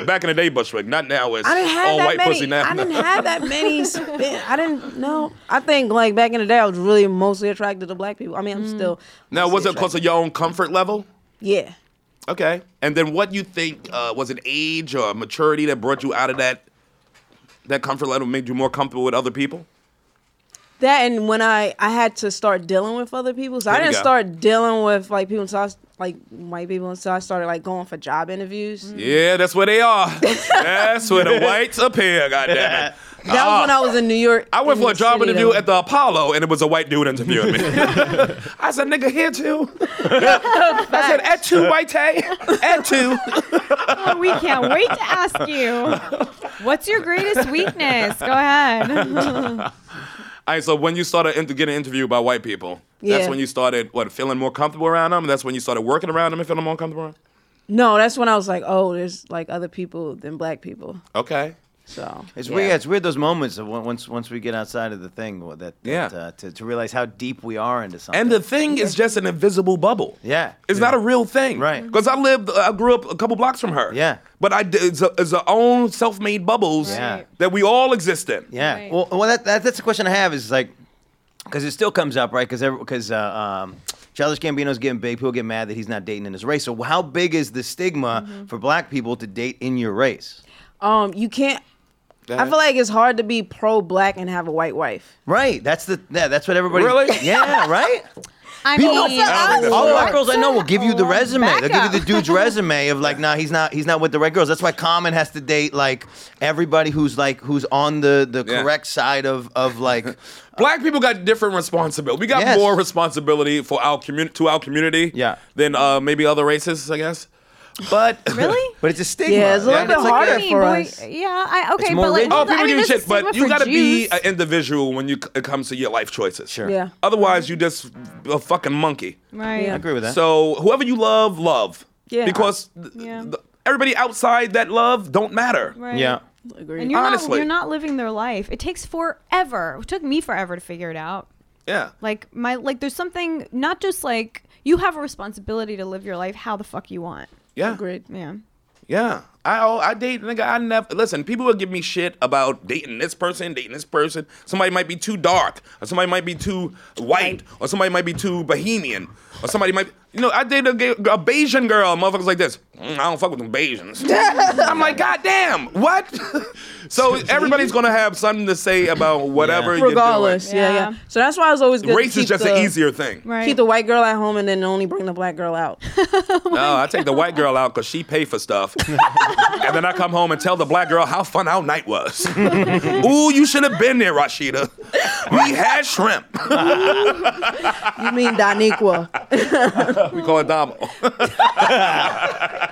Speaker 6: Back in the day, Bushwick. Not now. It's
Speaker 10: I didn't have
Speaker 6: all
Speaker 10: that
Speaker 6: white
Speaker 10: many.
Speaker 6: pussy now.
Speaker 10: I didn't have that many. sp- I didn't know. I think like back in the day, I was really mostly attracted to black people. I mean, I'm
Speaker 8: Mm.
Speaker 10: still.
Speaker 6: now, was
Speaker 10: mostly
Speaker 6: it because
Speaker 10: attracted-
Speaker 6: of your own comfort level?
Speaker 10: Yeah.
Speaker 6: Okay. And then what you think uh, was it age or maturity that brought you out of that that comfort level, made you more comfortable with other people?
Speaker 10: That and when I I had to start dealing with other people, so I
Speaker 6: There we
Speaker 10: didn't
Speaker 6: go.
Speaker 10: start dealing with like people until I, s- like white people until I started like going for job interviews.
Speaker 6: Yeah, that's where they are. that's where the whites appear, goddammit. Uh,
Speaker 10: That was when I was in New York.
Speaker 6: I went
Speaker 10: in
Speaker 6: for a
Speaker 10: the
Speaker 6: job
Speaker 10: city,
Speaker 6: interview
Speaker 10: though.
Speaker 6: at the Apollo, and it was a white dude interviewing me. I said, "Nigga, here too." I said, "At two, white tay, at two.
Speaker 7: Oh, we can't wait to ask you. What's your greatest weakness? Go ahead.
Speaker 6: All right, so when you started inter- getting interviewed by white people, that's
Speaker 10: Yeah.
Speaker 6: when you started what feeling more comfortable around them. and That's when you started working around them and feeling more comfortable. Around?
Speaker 10: No, that's when I was like, oh, there's like other people than black people.
Speaker 6: Okay,
Speaker 10: So
Speaker 8: It's
Speaker 10: yeah.
Speaker 8: weird. It's weird those moments of when- once once we get outside of the thing that, that
Speaker 6: Yeah.
Speaker 8: uh, to, to realize how deep we are into something.
Speaker 6: and the thing is just an invisible bubble.
Speaker 8: yeah,
Speaker 6: It's not a real thing,
Speaker 8: Right.
Speaker 6: Because I lived, I grew up a couple blocks from her.
Speaker 8: Yeah.
Speaker 6: but I d- it's, a, it's our own self-made bubbles
Speaker 8: Yeah.
Speaker 6: that we all exist in.
Speaker 8: Yeah.
Speaker 7: Right.
Speaker 8: Well, well, that, that that's the question I have is like, because it still comes up, right? Because because uh, um, Childish Gambino's getting big. People get mad that he's not dating in his race. So how big is the stigma
Speaker 10: Mm-hmm.
Speaker 8: for black people to date in your race?
Speaker 10: Um, you can't. I feel like it's hard to be pro black and have a white wife.
Speaker 8: Right. That's the yeah, that's what everybody.
Speaker 6: Really?
Speaker 8: Yeah. Right.
Speaker 7: I
Speaker 8: People,
Speaker 7: mean,
Speaker 8: all the white girls I know will give
Speaker 10: Oh,
Speaker 8: you the resume.
Speaker 7: Back
Speaker 8: They'll give you the
Speaker 7: up.
Speaker 8: dude's resume of like, nah, he's not, he's not with the right girls. That's why Common has to date like everybody who's like who's on the the
Speaker 6: Yeah.
Speaker 8: correct side of of like,
Speaker 6: Black people got different responsibility. We got
Speaker 8: Yes.
Speaker 6: more responsibility for our community to our community.
Speaker 8: Yeah.
Speaker 6: Than uh, maybe other races, I guess. But
Speaker 7: really?
Speaker 8: but it's a stigma.
Speaker 10: Yeah, it's a little bit
Speaker 8: like
Speaker 10: harder
Speaker 7: I mean,
Speaker 10: for
Speaker 7: boy,
Speaker 10: us.
Speaker 7: Yeah, I, okay,
Speaker 8: more
Speaker 7: but like,
Speaker 8: rigid.
Speaker 6: oh,
Speaker 7: hold on,
Speaker 6: people
Speaker 7: I mean,
Speaker 6: give you
Speaker 7: this
Speaker 6: shit,
Speaker 7: is
Speaker 6: but
Speaker 7: stigma
Speaker 6: you
Speaker 7: for
Speaker 6: gotta be
Speaker 7: Jews.
Speaker 6: an individual when you c- it comes to your life choices.
Speaker 8: Sure.
Speaker 10: Yeah.
Speaker 6: Otherwise, you just a fucking monkey.
Speaker 7: right.
Speaker 10: Yeah.
Speaker 8: I agree with that.
Speaker 6: So whoever you love, love.
Speaker 10: Yeah.
Speaker 6: Because th-
Speaker 7: Yeah.
Speaker 6: th- everybody outside that love don't matter.
Speaker 7: Right.
Speaker 8: yeah.
Speaker 10: Agree.
Speaker 7: And you're not
Speaker 6: Honestly.
Speaker 7: you're not living their life. It takes forever. It took me forever to figure it out.
Speaker 6: Yeah.
Speaker 7: Like my like there's something not just like you have a responsibility to live your life how the fuck you want.
Speaker 6: Yeah.
Speaker 10: Agreed.
Speaker 7: Yeah.
Speaker 6: Yeah. I al- I date nigga. I never listen. People will give me shit about dating this person, dating this person. Somebody might be too dark, or somebody might be too white, or somebody might be too bohemian, or somebody might. You know, I dated a, gay- a Bayesian girl. Motherfuckers like this. "Mm, I don't fuck with them Bayesians. I'm like, goddamn, what? so everybody's gonna have something to say about whatever. you're doing.
Speaker 10: Regardless, yeah. yeah,
Speaker 7: Yeah.
Speaker 10: So that's why it's always good. to
Speaker 6: race is
Speaker 10: keep
Speaker 6: just
Speaker 10: the-
Speaker 6: an easier thing.
Speaker 7: Right.
Speaker 10: Keep the white girl at home and then only bring the black girl out.
Speaker 6: No, I take the white girl out because she pay for stuff, and then I come home and tell the black girl how fun our night was. Ooh, you should have been there, Rashida. We had shrimp.
Speaker 10: you mean Daniqua?
Speaker 6: we call it Damo.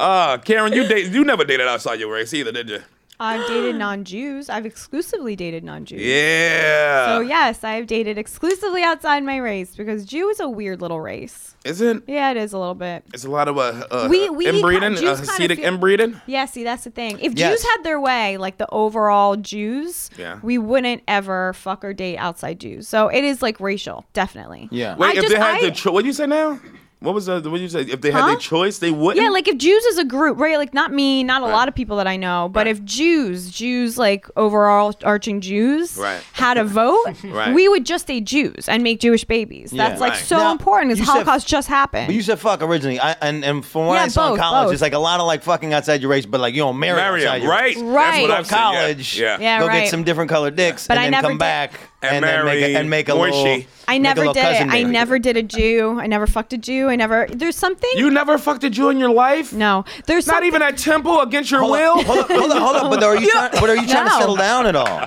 Speaker 6: Ah, Karen, you date, you never dated outside your race either, did you?
Speaker 7: I've dated non-Jews. I've exclusively dated non-Jews.
Speaker 6: Yeah.
Speaker 7: So yes, I've dated exclusively outside my race because Jew is a weird little race.
Speaker 6: Isn't
Speaker 7: Yeah, it is a little bit.
Speaker 6: it's a lot of uh, uh
Speaker 7: We- we-
Speaker 6: inbreeding, uh,
Speaker 7: Jews kinda
Speaker 6: Hasidic
Speaker 7: feel-
Speaker 6: inbreeding?
Speaker 7: Yeah, see, that's the thing. If
Speaker 8: Yes.
Speaker 7: Jews had their way, like the overall Jews,
Speaker 6: Yeah.
Speaker 7: we wouldn't ever fuck or date outside Jews. So it is like racial, definitely.
Speaker 8: Yeah.
Speaker 6: Wait,
Speaker 7: I
Speaker 6: if
Speaker 7: just-
Speaker 6: they had
Speaker 7: I-
Speaker 6: the choice, what did you say now? What was the, what did you say? If they had
Speaker 7: Huh?
Speaker 6: their choice, they wouldn't.
Speaker 7: Yeah, like if Jews as a group, right? Like not me, not a lot of people that I know, but if Jews, Jews like overall arching Jews,
Speaker 6: Right.
Speaker 7: had a vote,
Speaker 6: Right.
Speaker 7: we would just date Jews and make Jewish babies. That's like
Speaker 6: Right.
Speaker 7: so
Speaker 8: Now,
Speaker 7: important
Speaker 8: you
Speaker 7: because
Speaker 8: said-
Speaker 7: Holocaust just happened.
Speaker 8: But you said fuck originally, I, and and from what
Speaker 7: Yeah,
Speaker 8: I saw
Speaker 7: both,
Speaker 8: in college,
Speaker 7: both.
Speaker 8: it's like a lot of like fucking outside your race, but like you don't marry,
Speaker 6: marry
Speaker 8: outside
Speaker 6: him,
Speaker 8: your
Speaker 6: right?
Speaker 8: race.
Speaker 7: Right.
Speaker 6: That's what I've seen, yeah.
Speaker 8: college,
Speaker 6: Yeah.
Speaker 7: Yeah,
Speaker 8: go
Speaker 7: right.
Speaker 8: get some different colored dicks,
Speaker 7: But I
Speaker 8: and then
Speaker 7: never
Speaker 8: come
Speaker 7: did-
Speaker 8: back
Speaker 6: And
Speaker 8: then make
Speaker 6: marry
Speaker 8: a, and make a
Speaker 6: Moishi.
Speaker 8: little.
Speaker 7: I
Speaker 8: make a
Speaker 7: never
Speaker 8: little
Speaker 7: did it.
Speaker 8: cousin
Speaker 7: I
Speaker 8: baby.
Speaker 7: never did a Jew. I never fucked a Jew. I never. There's something.
Speaker 6: You never fucked a Jew in your life?
Speaker 7: no. There's
Speaker 6: Not
Speaker 7: something-
Speaker 6: even at temple against your
Speaker 8: Hold
Speaker 6: will?
Speaker 8: up, hold up, hold up, hold up. But are you, trying, but are you trying to
Speaker 7: No.
Speaker 8: settle down at all?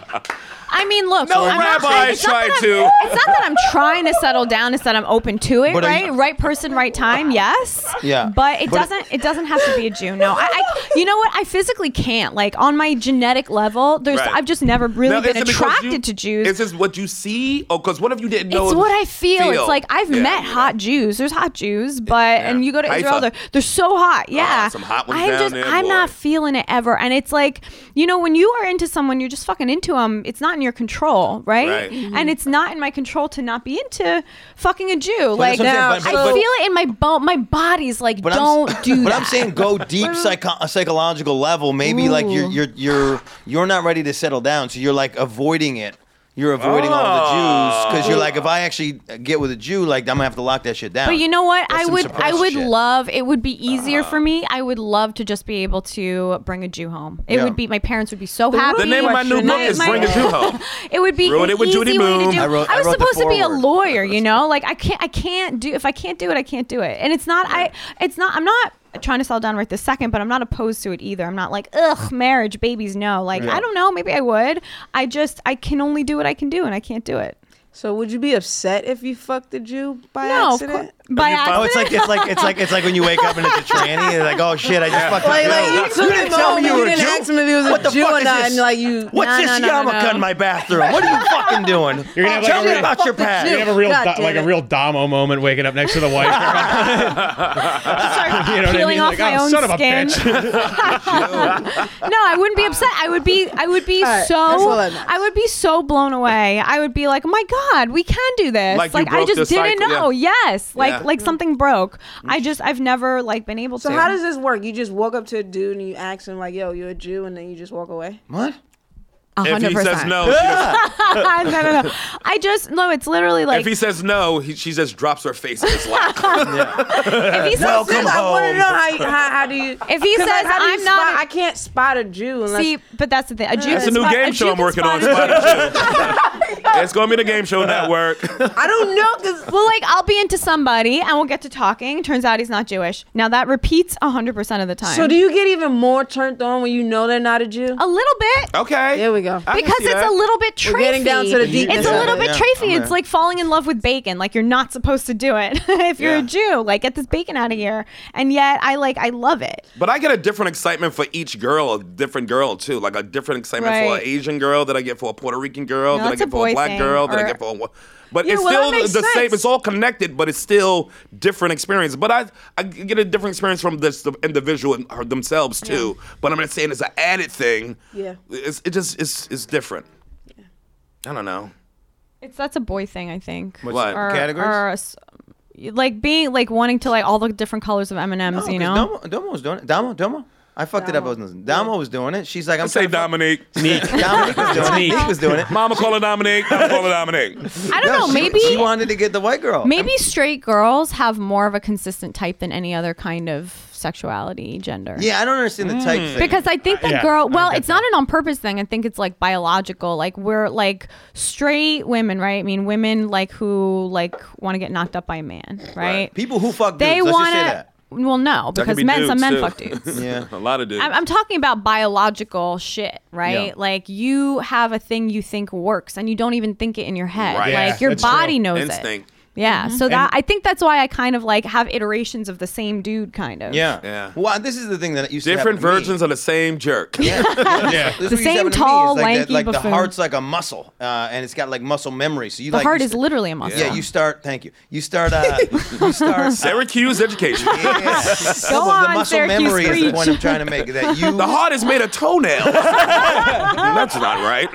Speaker 7: I mean, look.
Speaker 6: No
Speaker 7: I'm not-
Speaker 6: rabbi
Speaker 7: it's not
Speaker 6: tried
Speaker 7: that I'm-
Speaker 6: to.
Speaker 7: It's not that I'm trying to settle down. It's that I'm open to it.
Speaker 8: But are
Speaker 7: right,
Speaker 8: you-
Speaker 7: right person, right time. Yes.
Speaker 8: Yeah.
Speaker 7: But it
Speaker 8: But-
Speaker 7: doesn't. It, doesn't have to be a Jew. No. I, I. You know what? I physically can't. Like on my genetic level, there's.
Speaker 6: Right.
Speaker 7: I've just never really
Speaker 6: Now, is
Speaker 7: been
Speaker 6: it because
Speaker 7: attracted
Speaker 6: you-
Speaker 7: to Jews.
Speaker 6: Is this what you see? Oh, because what if you didn't know?
Speaker 7: it's
Speaker 6: it
Speaker 7: what
Speaker 6: was-
Speaker 7: I feel. It's like I've
Speaker 6: Yeah,
Speaker 7: met
Speaker 6: yeah.
Speaker 7: hot Jews. There's hot Jews, but and you go to
Speaker 6: Haifa.
Speaker 7: Israel, they're, they're so hot. Yeah,
Speaker 6: some hot ones
Speaker 7: I'm
Speaker 6: down
Speaker 7: just
Speaker 6: there,
Speaker 7: I'm
Speaker 6: boy.
Speaker 7: not feeling it ever, and it's like you know when you are into someone, you're just fucking into them. It's not in your control, right?
Speaker 6: Right.
Speaker 7: And it's not in my control to not be into fucking a Jew. like
Speaker 8: what I'm saying,
Speaker 7: I
Speaker 8: but-
Speaker 7: feel
Speaker 8: but-
Speaker 7: it in my bone. My body's like,
Speaker 8: But
Speaker 7: don't
Speaker 8: I'm, s-
Speaker 7: do
Speaker 8: But
Speaker 7: that.
Speaker 8: I'm saying go deep psycho- psychological level. Maybe like you're you're you're you're not ready to settle down, so you're like avoiding it. You're avoiding all the Jews because you're like, if I actually get with a Jew, like I'm gonna have to lock that shit down.
Speaker 7: But you know what?
Speaker 8: Oh, That's
Speaker 7: I
Speaker 8: some
Speaker 7: would I
Speaker 8: suppressed
Speaker 7: would
Speaker 8: shit. Uh-huh.
Speaker 7: love it would be easier for me. I would love to just be able to bring a Jew home. It
Speaker 8: Yeah.
Speaker 7: would be my parents would be so happy.
Speaker 6: The name of my new
Speaker 10: Question
Speaker 6: book is
Speaker 10: is-
Speaker 6: Bring a Jew Home.
Speaker 7: It would be
Speaker 6: Ruin
Speaker 7: an
Speaker 6: it with
Speaker 7: easy
Speaker 6: Judy
Speaker 7: way to
Speaker 6: Boom.
Speaker 7: do.
Speaker 8: I wrote- I
Speaker 7: was
Speaker 8: wrote the
Speaker 7: supposed to be a
Speaker 8: foreword.
Speaker 7: lawyer, you know. Like I can't, I can't do. If I can't do it, I can't do it. And it's not. I. It's not. I'm not trying to sell down right this second, but I'm not opposed to it either. I'm not like ugh, marriage, babies, no. Like I don't know. Maybe I would. I just I can only do what I can do, and I can't do it.
Speaker 10: so would you be upset if you fucked a Jew by
Speaker 7: No, of course.
Speaker 10: accident?
Speaker 7: By
Speaker 8: Oh, it's
Speaker 7: accident.
Speaker 8: like it's like it's like it's like when you wake up and it's a tranny. You're like, oh shit, I just fucked
Speaker 10: Like,
Speaker 8: up.
Speaker 10: like you took
Speaker 8: didn't
Speaker 10: him
Speaker 8: tell me
Speaker 10: home and
Speaker 8: you
Speaker 10: you
Speaker 8: were a
Speaker 10: didn't
Speaker 8: Jew?
Speaker 10: ask him if he was
Speaker 8: What
Speaker 10: a
Speaker 8: the
Speaker 10: Jew
Speaker 8: fuck
Speaker 10: or
Speaker 8: is
Speaker 10: not, and
Speaker 8: this?
Speaker 10: like you.
Speaker 8: What's
Speaker 10: nah,
Speaker 8: this
Speaker 10: nah, nah,
Speaker 8: yarmulke
Speaker 10: nah, nah.
Speaker 8: in my bathroom? What are you fucking doing?
Speaker 11: You're gonna have
Speaker 8: Tell
Speaker 11: like,
Speaker 8: me
Speaker 11: a real,
Speaker 8: about your
Speaker 10: Fuck the
Speaker 8: past.
Speaker 10: Jew.
Speaker 11: you have a real
Speaker 10: God
Speaker 11: do-
Speaker 10: damn
Speaker 11: like a
Speaker 10: it.
Speaker 11: real Damo moment waking up next to the wife.
Speaker 7: Start
Speaker 11: you know what I
Speaker 7: peeling
Speaker 11: mean?
Speaker 7: off
Speaker 11: Like,
Speaker 7: my
Speaker 11: oh,
Speaker 7: own
Speaker 11: son of a
Speaker 7: skin.
Speaker 11: bitch.
Speaker 7: no, I wouldn't be upset. I would be I would be
Speaker 10: All right,
Speaker 7: so
Speaker 10: that's all that matters.
Speaker 7: I would be so blown away. I would be like, oh "My god, we can do this."
Speaker 6: Like you
Speaker 7: I
Speaker 6: broke the
Speaker 7: just didn't
Speaker 6: cycle, yeah.
Speaker 7: know. Yes. Like
Speaker 6: Yeah.
Speaker 7: like something broke. I just I've never like been able
Speaker 10: So
Speaker 7: to.
Speaker 10: how does this work? You just walk up to a dude and you ask him like, "Yo, you're a Jew," and then you just walk away.
Speaker 8: What?
Speaker 6: If he says
Speaker 7: 100%.
Speaker 6: no, she just-
Speaker 7: no, no, no. I just no, it's literally like
Speaker 6: if he says no, he, she just drops her face in his lap.
Speaker 7: if he says
Speaker 8: Welcome
Speaker 10: I want
Speaker 8: home.
Speaker 10: to know how, how how do you?
Speaker 7: If he
Speaker 10: 'cause,
Speaker 7: says,
Speaker 10: how do you
Speaker 7: "I'm not
Speaker 10: spot-
Speaker 7: a-
Speaker 10: I can't spot a Jew unless
Speaker 7: See, but that's the thing. A Jew
Speaker 6: That's a
Speaker 7: can
Speaker 6: new
Speaker 7: spot-
Speaker 6: game
Speaker 7: Jew
Speaker 6: show I'm
Speaker 7: can
Speaker 6: working
Speaker 7: spot
Speaker 6: on.
Speaker 7: a
Speaker 6: Spotty Jew. it's gonna be the game show network.
Speaker 10: I don't know because
Speaker 7: well, like I'll be into somebody and we'll get to talking. Turns out he's not Jewish. Now that repeats hundred percent of the time.
Speaker 10: So do you get even more turned on when you know they're not a Jew?
Speaker 7: a little bit?
Speaker 8: Oh,
Speaker 6: Okay.
Speaker 10: There we go.
Speaker 6: I can
Speaker 7: because
Speaker 6: see
Speaker 7: it's
Speaker 6: that.
Speaker 7: a little bit trafy.
Speaker 10: We're getting down to the deepness
Speaker 7: It's a
Speaker 10: of
Speaker 7: little
Speaker 10: it,
Speaker 7: bit
Speaker 8: yeah.
Speaker 7: trafy.
Speaker 8: Okay.
Speaker 7: It's like falling in love with bacon. Like you're not supposed to do it if you're
Speaker 6: Yeah.
Speaker 7: a Jew. Like get this bacon out of here. And yet I like I love it.
Speaker 6: But I get a different excitement for each girl, a different girl too. Like a different excitement for an
Speaker 7: Right.
Speaker 6: Asian girl that I get for a Puerto Rican girl
Speaker 7: No,
Speaker 6: that I
Speaker 7: that's a
Speaker 6: get for
Speaker 7: boy
Speaker 6: a black
Speaker 7: thing,
Speaker 6: girl that I
Speaker 7: or-
Speaker 6: get for a. wa- But
Speaker 10: Yeah,
Speaker 6: it's
Speaker 10: well, that
Speaker 6: still the
Speaker 10: makes sense.
Speaker 6: same. It's all connected, but it's still different experience. But I I get a different experience from this the individual and her themselves too. But I'm not saying it's an added thing.
Speaker 10: Yeah.
Speaker 6: It's it just it's it's different. I don't know.
Speaker 7: It's that's a boy thing, I think.
Speaker 6: What?
Speaker 7: Or,
Speaker 8: Categories?
Speaker 7: or a s- like being like wanting to like all the different colors of M and M's.
Speaker 8: No,
Speaker 7: You know,
Speaker 8: 'cause Domo, Domo was doing it. Domo, Domo. I fucked it up. I wasn't listening. Domo was doing it. She's like, I'm
Speaker 6: Say
Speaker 8: trying to fuck-
Speaker 6: Dominic.
Speaker 8: Dominic was doing it.
Speaker 9: Neek.
Speaker 8: Neek was doing it.
Speaker 6: Mama call her Dominic. Mama call her Dominic.
Speaker 7: I don't
Speaker 8: No,
Speaker 7: know.
Speaker 8: she-
Speaker 7: maybe
Speaker 8: she wanted to get the white girl.
Speaker 7: maybe straight girls have more of a consistent type than any other kind of sexuality gender.
Speaker 8: Yeah, Uh, I don't understand the type
Speaker 6: Mm.
Speaker 8: thing.
Speaker 7: Because I think that
Speaker 9: yeah,
Speaker 7: girl,
Speaker 9: I
Speaker 7: well,
Speaker 9: get
Speaker 7: it's not an on purpose thing. I think it's like biological. Like we're like straight women, right? I mean, women like who like want to get knocked up by a man, right?
Speaker 8: people who fuck
Speaker 7: They
Speaker 8: dudes, let's
Speaker 7: want
Speaker 8: just say
Speaker 7: to.
Speaker 8: that.
Speaker 7: Well, no,
Speaker 6: That could
Speaker 7: because
Speaker 6: be
Speaker 7: men, some
Speaker 6: dudes,
Speaker 7: men
Speaker 6: too.
Speaker 7: fuck dudes.
Speaker 8: Yeah.
Speaker 6: a lot of dudes.
Speaker 7: I'm, I'm talking about biological shit, right?
Speaker 8: Yeah.
Speaker 7: Like you have a thing you think works, and you don't even think it in your head.
Speaker 6: Right.
Speaker 9: Yeah,
Speaker 7: Like your
Speaker 9: that's
Speaker 7: body
Speaker 9: true.
Speaker 7: knows
Speaker 6: Instinct.
Speaker 7: it. Yeah.
Speaker 9: Mm-hmm.
Speaker 7: So that I think that's why I kind of like have iterations of the same dude, kind of.
Speaker 8: Yeah.
Speaker 6: Yeah.
Speaker 8: Well, this is the thing that used
Speaker 6: Different
Speaker 8: to happen to me.
Speaker 6: versions of the same jerk.
Speaker 9: Yeah.
Speaker 8: This is
Speaker 7: The
Speaker 8: what used to
Speaker 7: same
Speaker 8: happen to me.
Speaker 7: tall,
Speaker 8: It's like
Speaker 7: lanky
Speaker 8: the, like the
Speaker 7: buffoon.
Speaker 8: heart's like a muscle, uh, and it's got like muscle memory. So you
Speaker 7: The
Speaker 8: like
Speaker 7: heart
Speaker 8: you
Speaker 7: is
Speaker 8: st-
Speaker 7: literally a muscle.
Speaker 8: Yeah, you start. Thank you. You start. Uh, you start.
Speaker 6: Syracuse education.
Speaker 8: Yeah.
Speaker 7: Go
Speaker 8: the
Speaker 7: on,
Speaker 8: muscle
Speaker 7: Syracuse
Speaker 8: memory is the
Speaker 7: Breach.
Speaker 8: point I'm trying to make. That you
Speaker 6: The heart is made of toenails. That's not right.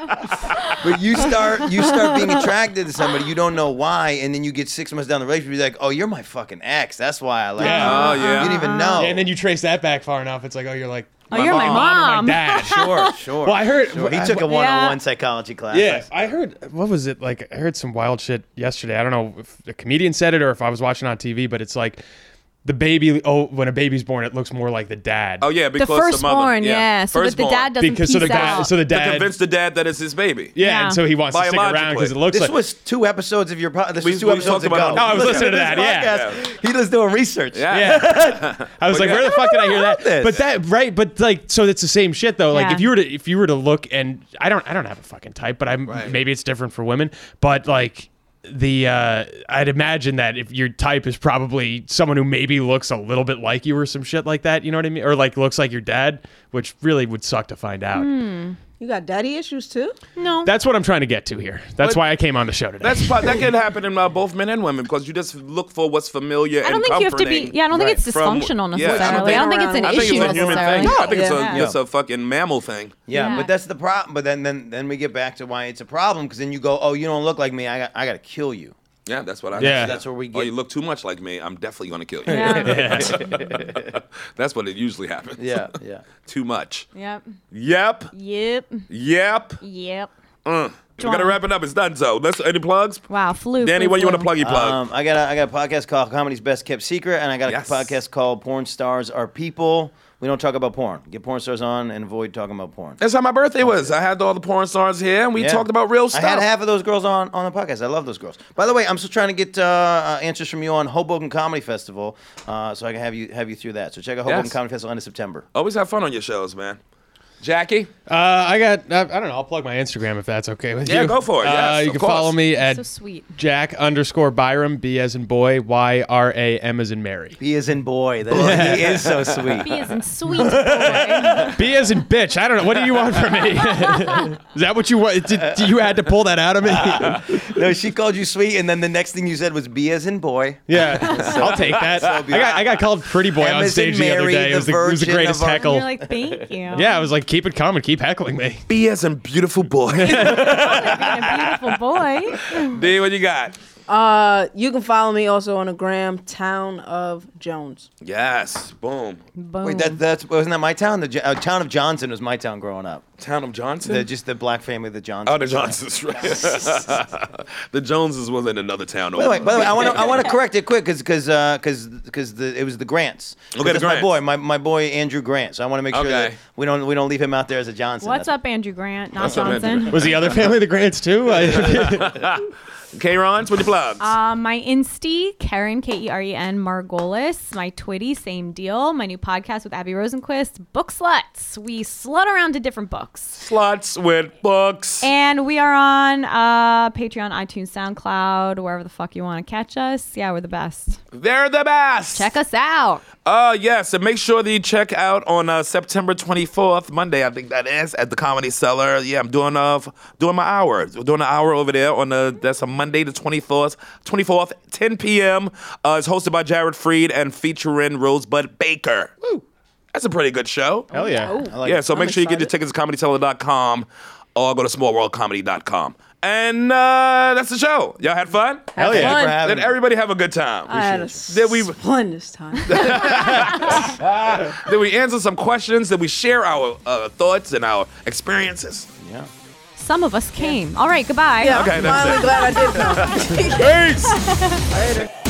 Speaker 8: But you start you start being attracted to somebody you don't know why, and then you get six months down the relationship, you're like, oh, you're my fucking ex. That's why I like.
Speaker 9: Yeah.
Speaker 6: Oh,
Speaker 8: you.
Speaker 6: yeah.
Speaker 8: You didn't even know.
Speaker 9: Yeah, and then you trace that back far enough, it's like, oh, you're like,
Speaker 7: Oh, you're my
Speaker 9: mom,
Speaker 7: mom.
Speaker 9: or my dad.
Speaker 8: sure, sure.
Speaker 9: Well, I heard-
Speaker 8: Sure. He
Speaker 9: I-
Speaker 8: took a one-on-one
Speaker 7: Yeah.
Speaker 8: psychology class.
Speaker 9: Yeah, I heard. What was it like? I heard some wild shit yesterday. I don't know if a comedian said it or if I was watching on TV, but it's like the baby. Oh, when a baby's born, it looks more like the dad.
Speaker 6: Oh yeah, because
Speaker 7: the firstborn, yeah. So that the
Speaker 6: Firstborn.
Speaker 7: dad doesn't
Speaker 9: because so the
Speaker 7: peace
Speaker 9: dad,
Speaker 7: out.
Speaker 9: so the
Speaker 6: to
Speaker 9: dad,
Speaker 6: convince the dad that it's his baby.
Speaker 9: yeah, and so he wants to stick around because it
Speaker 6: Biologically.
Speaker 9: looks
Speaker 8: This
Speaker 9: like.
Speaker 8: was two episodes of your. Po- this
Speaker 6: We-
Speaker 8: was two
Speaker 6: we
Speaker 8: episodes
Speaker 6: talked about
Speaker 8: ago.
Speaker 6: it on- Oh, I was
Speaker 9: listening to that, yeah.
Speaker 8: podcast. He was doing research.
Speaker 6: Yeah.
Speaker 9: yeah, I was like, where the fuck did I hear that?
Speaker 8: this.
Speaker 9: But that right, but like, so it's the same shit though. Like,
Speaker 7: Yeah.
Speaker 9: if you were to if you were to look, and I don't I don't have a fucking type, but I'm maybe it's different for women, but like the uh I'd imagine that if your type is probably someone who maybe looks a little bit like you or some shit like that, you know what I mean, or like looks like your dad, which really would suck to find out.
Speaker 7: Hmm.
Speaker 10: You got daddy issues too?
Speaker 7: no.
Speaker 9: That's what I'm trying to get to here. That's
Speaker 6: But-
Speaker 9: why I came on the show today.
Speaker 6: That's part, that can happen in uh, both men and women because you just look for what's familiar.
Speaker 7: I don't
Speaker 6: and
Speaker 7: think you have to be.
Speaker 6: comforting
Speaker 7: Yeah, I don't think it's
Speaker 6: from-
Speaker 7: dysfunctional
Speaker 6: yeah,
Speaker 7: necessarily. I
Speaker 10: I
Speaker 7: don't think it's an
Speaker 10: don't
Speaker 6: I think
Speaker 7: issue
Speaker 6: it's a human
Speaker 7: necessarily.
Speaker 6: thing. I think it's
Speaker 10: Yeah.
Speaker 6: a it's a fucking mammal thing.
Speaker 8: Yeah,
Speaker 7: Yeah.
Speaker 8: but that's the problem. But then, then, then we get back to why it's a problem because then you go, oh, you don't look like me. I got, I got to kill you.
Speaker 6: Yeah, that's what I.
Speaker 9: Yeah.
Speaker 8: That's where we
Speaker 6: Oh,
Speaker 8: get-
Speaker 6: you look too much like me. I'm definitely gonna kill you.
Speaker 7: Yeah.
Speaker 6: That's what it usually happens.
Speaker 8: Yeah, yeah.
Speaker 6: too much.
Speaker 7: yep.
Speaker 6: Yep.
Speaker 7: Yep.
Speaker 6: Yep.
Speaker 7: Yep.
Speaker 6: We gotta wrap it up. It's done. So, let's any plugs?
Speaker 7: Wow. Flu.
Speaker 6: Danny,
Speaker 7: flu,
Speaker 6: what do you want to
Speaker 7: flu.
Speaker 6: plug? You plug.
Speaker 8: Um, I got a, I got a podcast called Comedy's Best Kept Secret, and I got a
Speaker 6: Yes.
Speaker 8: podcast called Porn Stars Are People. We don't talk about porn. Get porn stars on and avoid talking about porn.
Speaker 6: That's how my birthday was. I had all the porn stars here, and we
Speaker 8: Yeah.
Speaker 6: talked about real stuff.
Speaker 8: I had half of those girls on on the podcast. I love those girls. By the way, I'm still trying to get uh, uh, answers from you on Hoboken Comedy Festival, uh, so I can have you have you through that. So check out Hoboken
Speaker 6: Yes. Oh,
Speaker 8: Comedy Festival end of September.
Speaker 6: Always have fun on your shows, man. Jackie,
Speaker 9: Uh, I got. I, I don't know. I'll plug my Instagram if that's okay with you.
Speaker 6: Yeah, go for it.
Speaker 9: uh,
Speaker 6: Yes,
Speaker 9: you
Speaker 6: of
Speaker 9: can
Speaker 6: course.
Speaker 9: follow me at
Speaker 7: So sweet.
Speaker 9: Jack underscore Byram B as in boy Y R A M as in Mary.
Speaker 8: He is in boy. That- he is so sweet.
Speaker 7: He is in sweet. boy.
Speaker 9: B as in bitch. I don't know. What do you want from me? Is that what you want? Did, did you had to pull that out of me?
Speaker 8: No, she called you sweet, and then the next thing you said was "B as in boy."
Speaker 9: yeah, I'll take that. I got I got called pretty boy
Speaker 8: M
Speaker 9: on
Speaker 8: as in
Speaker 9: stage the other
Speaker 8: Mary,
Speaker 9: day.
Speaker 8: the
Speaker 9: it, was the, it was the
Speaker 8: virgin
Speaker 9: greatest
Speaker 8: of our-
Speaker 9: heckle.
Speaker 7: You're like, thank you.
Speaker 9: yeah, I was like, keep it calm and keep heckling me.
Speaker 6: be as a beautiful boy.
Speaker 7: Being a beautiful boy.
Speaker 6: D, what you got?
Speaker 10: Uh, you can follow me also on the gram, Town of Jones.
Speaker 6: Yes, boom.
Speaker 7: Boom.
Speaker 8: Wait, that, that's wasn't that my town? The Jo- uh, town of Johnson was my town growing up.
Speaker 6: Town of Johnson.
Speaker 8: The, just the black family, the Johnson.
Speaker 6: oh, the Johnsons, right? the Joneses was in another town.
Speaker 8: By the way, by the way, I want to I want to correct it quick because because because because the it was the Grants. 'Cause
Speaker 6: Okay, the
Speaker 8: that's
Speaker 6: Grants.
Speaker 8: my boy, my, my boy Andrew Grant. So I want to make sure that
Speaker 6: Okay.
Speaker 8: we don't we don't leave him out there as a Johnson.
Speaker 7: What's
Speaker 8: That's-
Speaker 7: up, Andrew Grant? Not
Speaker 6: What's up, Andrew
Speaker 7: Johnson.
Speaker 9: Was the other family the Grants too? I-
Speaker 6: K. Rons, what you plugs?
Speaker 7: Uh, my Insty, Karen, K E R E N, Margolis. My Twitty, same deal. My new podcast with Abby Rosenquist, Book Sluts. We slut around to different books.
Speaker 6: Sluts with books.
Speaker 7: And we are on uh, Patreon, iTunes, SoundCloud, wherever the fuck you want to catch us. Yeah, we're the best.
Speaker 6: They're the best.
Speaker 7: Check us out.
Speaker 6: Uh, yes, and make sure that you check out on uh, September 24th, Monday, I think that is, at the Comedy Cellar. Yeah, I'm doing uh, f- doing my hour, doing an hour over there on the that's a Monday the 24th, 24th, 10 p.m. Uh, it's hosted by Jared Freed and featuring Rosebud Baker. Woo. That's a pretty good show.
Speaker 9: Hell yeah.
Speaker 8: I like
Speaker 6: yeah,
Speaker 8: it.
Speaker 6: so make sure you get your tickets at comedyteller.com or go to smallworldcomedy.com. And uh, that's the show. Y'all had fun?
Speaker 10: Hell
Speaker 8: yeah.
Speaker 10: Fun.
Speaker 8: For having
Speaker 6: Did
Speaker 8: me.
Speaker 6: everybody have a good time?
Speaker 10: I had a
Speaker 6: Did we
Speaker 10: splendid time.
Speaker 6: did we answer some questions? Did we share our uh, thoughts and our experiences?
Speaker 7: Some of us came. All right, goodbye.
Speaker 10: yeah,
Speaker 6: Okay,
Speaker 10: I'm
Speaker 6: that's
Speaker 10: finally
Speaker 6: it.
Speaker 10: glad I did come.
Speaker 6: Peace.